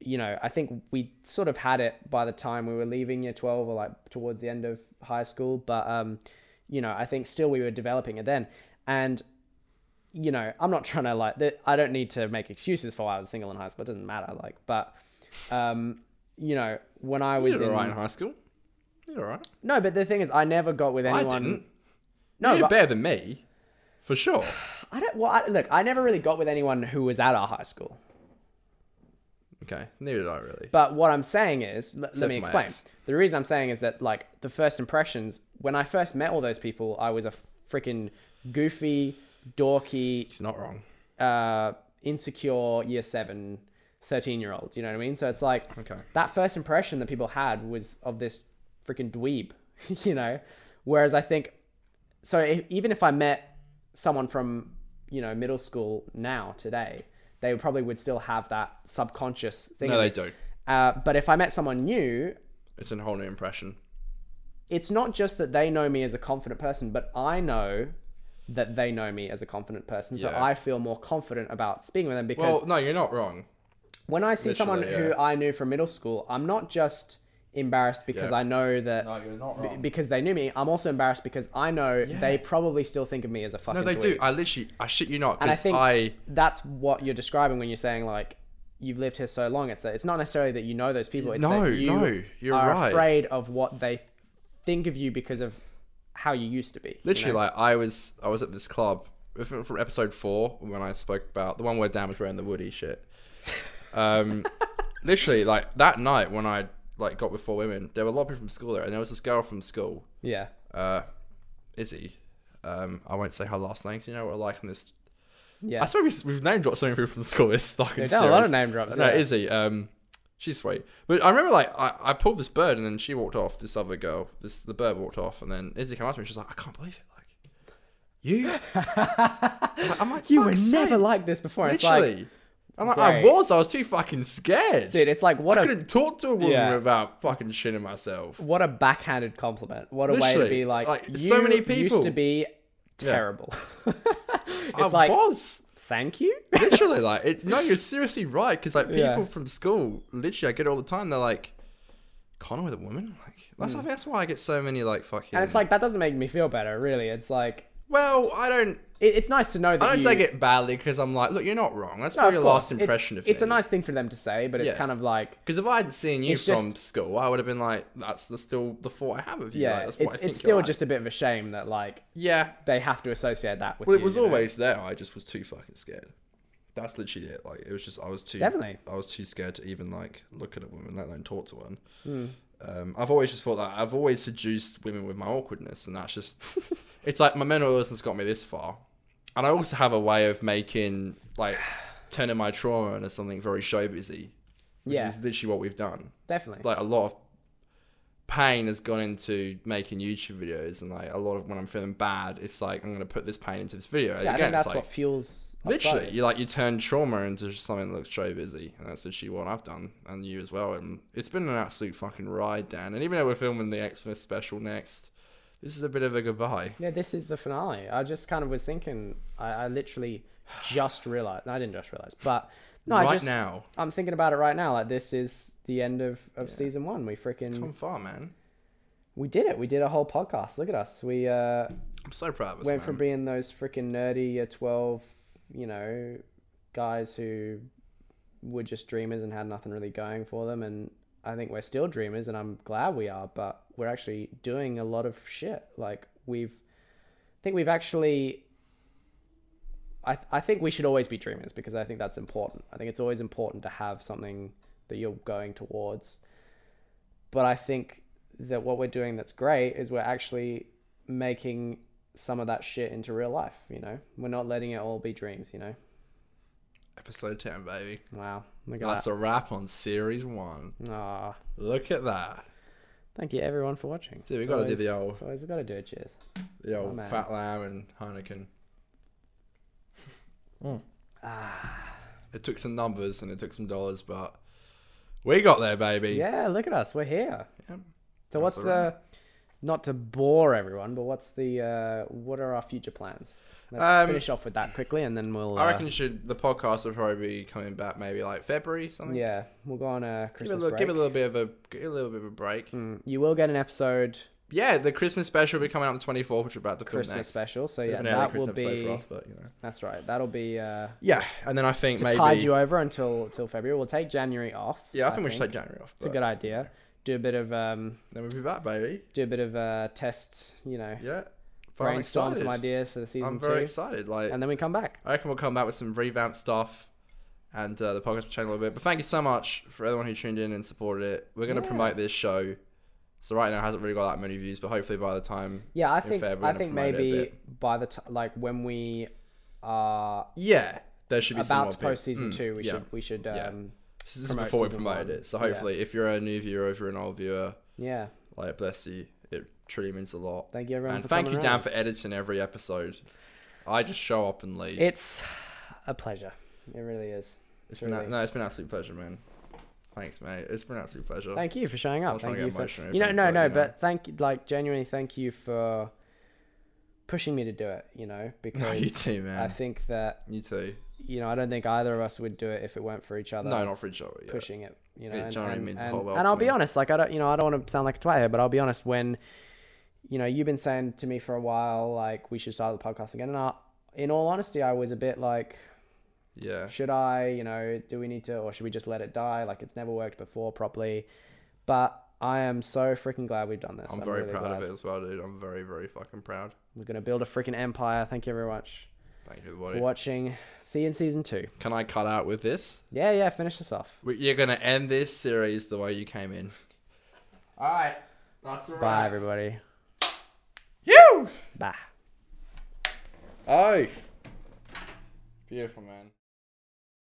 Speaker 2: you know, I think we sort of had it by the time we were leaving year 12 or like towards the end of high school, but um you know, I think still we were developing it then. And you know, I'm not trying to like that. I don't need to make excuses for why I was single in high school. It doesn't matter. Like, but um, you know, when I
Speaker 1: You
Speaker 2: was
Speaker 1: did
Speaker 2: in
Speaker 1: alright in high school. You did alright.
Speaker 2: no, but the thing is, I never got with
Speaker 1: I
Speaker 2: anyone.
Speaker 1: didn't.
Speaker 2: No,
Speaker 1: you did
Speaker 2: but-
Speaker 1: better than me. For sure.
Speaker 2: I don't. Well, I, look, I never really got with anyone who was at our high school.
Speaker 1: Okay. Neither did I really.
Speaker 2: But what I'm saying is, l- let me
Speaker 1: for my
Speaker 2: explain.
Speaker 1: ex.
Speaker 2: The reason I'm saying is that, like, the first impressions, when I first met all those people, I was a freaking goofy, dorky,
Speaker 1: He's not wrong.
Speaker 2: uh, insecure year seven, 13 year old. You know what I mean? So it's like
Speaker 1: Okay.
Speaker 2: that first impression that people had was of this freaking dweeb, you know? Whereas I think, so if, even if I met someone from, you know, middle school now, today, they probably would still have that subconscious thing.
Speaker 1: No,
Speaker 2: in
Speaker 1: they
Speaker 2: it.
Speaker 1: do.
Speaker 2: Uh, but if I met someone new,
Speaker 1: It's a whole new impression.
Speaker 2: it's not just that they know me as a confident person, but I know that they know me as a confident person. So
Speaker 1: Yeah.
Speaker 2: I feel more confident about speaking with them because
Speaker 1: Well, no, you're not wrong.
Speaker 2: when I see someone
Speaker 1: Literally,
Speaker 2: who
Speaker 1: yeah.
Speaker 2: I knew from middle school, I'm not just embarrassed because
Speaker 1: Yeah.
Speaker 2: I know that
Speaker 1: you're not wrong.
Speaker 2: because they knew me. I'm also embarrassed because I know they probably still think of me as a fucking.
Speaker 1: No, they
Speaker 2: dweeb.
Speaker 1: do. I literally, I shit you not,
Speaker 2: I
Speaker 1: because
Speaker 2: think-
Speaker 1: I,
Speaker 2: That's what you're describing when you're saying like you've lived here so long. It's that it's not necessarily that you know those people. It's
Speaker 1: No,
Speaker 2: that you
Speaker 1: no, you're
Speaker 2: are
Speaker 1: right.
Speaker 2: afraid of what they think of you because of how you used to be. you
Speaker 1: literally,
Speaker 2: know?
Speaker 1: like, I was, I was at this club I think from episode four when I spoke about the one where Dan was wearing the Woody shit. Um, literally, like that night when I like got with four women, there were a lot of people from school there, and there was this girl from school
Speaker 2: yeah,
Speaker 1: uh, Izzy. Um, I won't say her last name 'cause you know what I like in this.
Speaker 2: yeah.
Speaker 1: I swear we've, we've name dropped so many people from school. This fucking
Speaker 2: done a lot
Speaker 1: series.
Speaker 2: of name drops,
Speaker 1: No,
Speaker 2: yeah.
Speaker 1: Izzy. Um, she's sweet. But I remember like I, I pulled this bird and then she walked off. This other girl, this the bird walked off, and then Izzy came up to me. She's like, I can't believe it. Like you. Like, I'm like,
Speaker 2: you were
Speaker 1: "Fuck's
Speaker 2: never
Speaker 1: sake."
Speaker 2: like this before. It's
Speaker 1: Literally.
Speaker 2: like,
Speaker 1: I'm like, I
Speaker 2: great.
Speaker 1: was. I was too fucking scared.
Speaker 2: dude, it's like what
Speaker 1: I
Speaker 2: a
Speaker 1: couldn't talk to a woman
Speaker 2: Yeah.
Speaker 1: without fucking shitting myself.
Speaker 2: what a backhanded compliment. What a way
Speaker 1: Literally,
Speaker 2: to be like,
Speaker 1: like,
Speaker 2: you
Speaker 1: so many people."
Speaker 2: used to be terrible. it's
Speaker 1: I
Speaker 2: like,
Speaker 1: was.
Speaker 2: thank you.
Speaker 1: literally like it, no you're seriously right because like people
Speaker 2: Yeah.
Speaker 1: from school literally i get it all the time they're like connor with a woman like that's, I
Speaker 2: Mm.
Speaker 1: think that's why i get so many like fucking
Speaker 2: and it's like that doesn't make me feel better, really. It's like
Speaker 1: well i don't
Speaker 2: it, it's nice to know that
Speaker 1: i don't
Speaker 2: you,
Speaker 1: take it badly because i'm like look you're not wrong that's
Speaker 2: No, of
Speaker 1: probably your last
Speaker 2: course, it's-
Speaker 1: impression
Speaker 2: it's,
Speaker 1: of
Speaker 2: a nice thing for them to say, but it's
Speaker 1: Yeah.
Speaker 2: kind of like
Speaker 1: because if i had seen you
Speaker 2: It's
Speaker 1: from
Speaker 2: just-
Speaker 1: school i would have been like that's the still the thought i have of you
Speaker 2: yeah,
Speaker 1: like, that's what
Speaker 2: it's,
Speaker 1: I think
Speaker 2: it's
Speaker 1: you're
Speaker 2: still
Speaker 1: like.
Speaker 2: just a bit of a shame that like
Speaker 1: yeah
Speaker 2: they have to associate that with.
Speaker 1: well it
Speaker 2: you,
Speaker 1: was
Speaker 2: you know?
Speaker 1: always there i just was too fucking scared that's literally it like it was just i was too
Speaker 2: Definitely. Hmm.
Speaker 1: i was too scared to even like look at a woman let alone talk to one Um, I've always just thought that I've always seduced women with my awkwardness, and that's just it's like my mentalism has got me this far. And I also have a way of making like turning my trauma into something very show busy, which
Speaker 2: Yeah.
Speaker 1: is literally what we've done.
Speaker 2: Definitely.
Speaker 1: Like a lot of pain has gone into making YouTube videos, and like a lot of when I'm feeling bad, it's like I'm gonna put this pain into this video.
Speaker 2: yeah, I
Speaker 1: Again,
Speaker 2: think
Speaker 1: it's
Speaker 2: that's
Speaker 1: like,
Speaker 2: what fuels. us
Speaker 1: Literally,
Speaker 2: both.
Speaker 1: you like you turn trauma into something that looks show busy, and that's literally what I've done, and you as well. And it's been an absolute fucking ride, Dan. And even though we're filming the Xmas special next, this is a bit of a goodbye.
Speaker 2: Yeah, this is the finale. I just kind of was thinking. I, I literally just realized. No, I didn't just realize, but no, I
Speaker 1: right
Speaker 2: just,
Speaker 1: now,
Speaker 2: I'm thinking about it right now. Like this is the end of, of season one. We freaking
Speaker 1: come far, man.
Speaker 2: we did it. We did a whole podcast. Look at us. We uh,
Speaker 1: I'm so proud of us,
Speaker 2: went
Speaker 1: man.
Speaker 2: from being those freaking nerdy year twelve, you know, guys who were just dreamers and had nothing really going for them, and I think we're still dreamers, and I'm glad we are. But we're actually doing a lot of shit. Like we've, I think we've actually. I, I think we should always be dreamers because I think that's important. I think it's always important to have something that you're going towards but I think that what we're doing that's great is we're actually making some of that shit into real life, you know? We're not letting it all be dreams, you know?
Speaker 1: episode ten, baby.
Speaker 2: Wow. Look at
Speaker 1: That's a wrap on series one.
Speaker 2: that. Aw.
Speaker 1: Look at that,
Speaker 2: Thank you everyone for watching.
Speaker 1: Dude, we
Speaker 2: It's
Speaker 1: gotta do the
Speaker 2: always-
Speaker 1: old-
Speaker 2: it's always we gotta do it, cheers.
Speaker 1: the old
Speaker 2: man.
Speaker 1: fat lamb and Heineken. Mm.
Speaker 2: Ah.
Speaker 1: It took some numbers and it took some dollars, but we got there, baby.
Speaker 2: Yeah, look at us. We're here.
Speaker 1: Yep.
Speaker 2: So what's
Speaker 1: all
Speaker 2: the not to bore everyone, but what's the uh what are our future plans? Let's
Speaker 1: Um,
Speaker 2: finish off with that quickly and then we'll uh,
Speaker 1: I reckon you should the podcast will probably be coming back maybe like February something.
Speaker 2: Yeah, we'll go on a
Speaker 1: Give it, a
Speaker 2: Christmas
Speaker 1: little,
Speaker 2: break.
Speaker 1: give it a little bit of a give it a little bit of a break.
Speaker 2: Mm, you will get an episode
Speaker 1: Yeah, the Christmas special will be coming out on the twenty fourth, which we're about to film
Speaker 2: Christmas
Speaker 1: next.
Speaker 2: special, so
Speaker 1: Bit
Speaker 2: yeah,
Speaker 1: of an early
Speaker 2: that will
Speaker 1: Christmas episode
Speaker 2: be
Speaker 1: for us, but you know.
Speaker 2: That's right. That'll be uh,
Speaker 1: Yeah, and then I think
Speaker 2: to
Speaker 1: maybe
Speaker 2: tide you over until till February. We'll take January off.
Speaker 1: yeah, I think, we should take January off.
Speaker 2: It's a
Speaker 1: but
Speaker 2: good idea. Do a bit of um,
Speaker 1: Then we'll be back, baby.
Speaker 2: do a bit of uh, test. You know,
Speaker 1: Yeah, but I'm
Speaker 2: brainstorm
Speaker 1: excited.
Speaker 2: some ideas for the season
Speaker 1: I'm
Speaker 2: two,
Speaker 1: very excited. Like
Speaker 2: and then we come back.
Speaker 1: I reckon we'll come back with some revamped stuff and uh, the podcast will change a little bit. But thank you so much for everyone who tuned in and supported it. We're going to
Speaker 2: Yeah.
Speaker 1: promote this show. So right now it hasn't really got that many views, but hopefully by the time
Speaker 2: Yeah, I
Speaker 1: in
Speaker 2: think
Speaker 1: Feb, we're
Speaker 2: I
Speaker 1: gonna
Speaker 2: think
Speaker 1: promote it a
Speaker 2: maybe
Speaker 1: bit.
Speaker 2: by the time like when we are
Speaker 1: yeah, there should be some more
Speaker 2: about to
Speaker 1: people.
Speaker 2: post season
Speaker 1: Mm,
Speaker 2: two, we
Speaker 1: yeah.
Speaker 2: should we should
Speaker 1: Yeah.
Speaker 2: um,
Speaker 1: This is
Speaker 2: promote
Speaker 1: before we
Speaker 2: season
Speaker 1: promoted
Speaker 2: one.
Speaker 1: it. So
Speaker 2: Yeah.
Speaker 1: hopefully, if you're a new viewer, if you're an old viewer,
Speaker 2: yeah.
Speaker 1: like bless you, it truly means a lot.
Speaker 2: Thank you everyone
Speaker 1: and
Speaker 2: for
Speaker 1: thank you,
Speaker 2: coming
Speaker 1: Dan,
Speaker 2: around.
Speaker 1: for editing every episode. I just show up and leave.
Speaker 2: It's a pleasure. It really is.
Speaker 1: it's been a-
Speaker 2: really-
Speaker 1: no, it's been an absolute pleasure, man. Thanks, mate. It's been an absolute pleasure.
Speaker 2: Thank you for showing up.
Speaker 1: I'll try
Speaker 2: Thank
Speaker 1: and
Speaker 2: you
Speaker 1: get
Speaker 2: for
Speaker 1: emotional
Speaker 2: you know
Speaker 1: if
Speaker 2: no
Speaker 1: I'm
Speaker 2: no,
Speaker 1: good, you know.
Speaker 2: but thank you like genuinely thank you for pushing me to do it. You know because
Speaker 1: No, you too, man.
Speaker 2: I think that
Speaker 1: you too.
Speaker 2: you know I don't think either of us would do it if it weren't for each other
Speaker 1: No, not for each other. Yeah.
Speaker 2: pushing it. You know,
Speaker 1: It
Speaker 2: and,
Speaker 1: generally
Speaker 2: and,
Speaker 1: means the
Speaker 2: and,
Speaker 1: whole world
Speaker 2: and
Speaker 1: to
Speaker 2: I'll be
Speaker 1: me.
Speaker 2: honest, like I don't you know I don't want to sound like a twat here, but I'll be honest when you know you've been saying to me for a while like we should start the podcast again, and I, in all honesty, I was a bit like
Speaker 1: Yeah.
Speaker 2: should I, you know, do we need to, or should we just let it die? Like it's never worked before properly. But I am so freaking glad we've done this.
Speaker 1: I'm very
Speaker 2: really
Speaker 1: proud
Speaker 2: glad.
Speaker 1: of it as well, dude. I'm very, very fucking proud.
Speaker 2: We're gonna build a freaking empire. Thank you very much
Speaker 1: Thank you,
Speaker 2: for
Speaker 1: everybody.
Speaker 2: watching. See you in season two.
Speaker 1: Can I cut out with this?
Speaker 2: Yeah, yeah. Finish this off.
Speaker 1: We- You're gonna end this series the way you came in. All right. That's all
Speaker 2: Bye,
Speaker 1: right.
Speaker 2: everybody.
Speaker 1: You.
Speaker 2: Bye.
Speaker 1: Oath. Beautiful, man.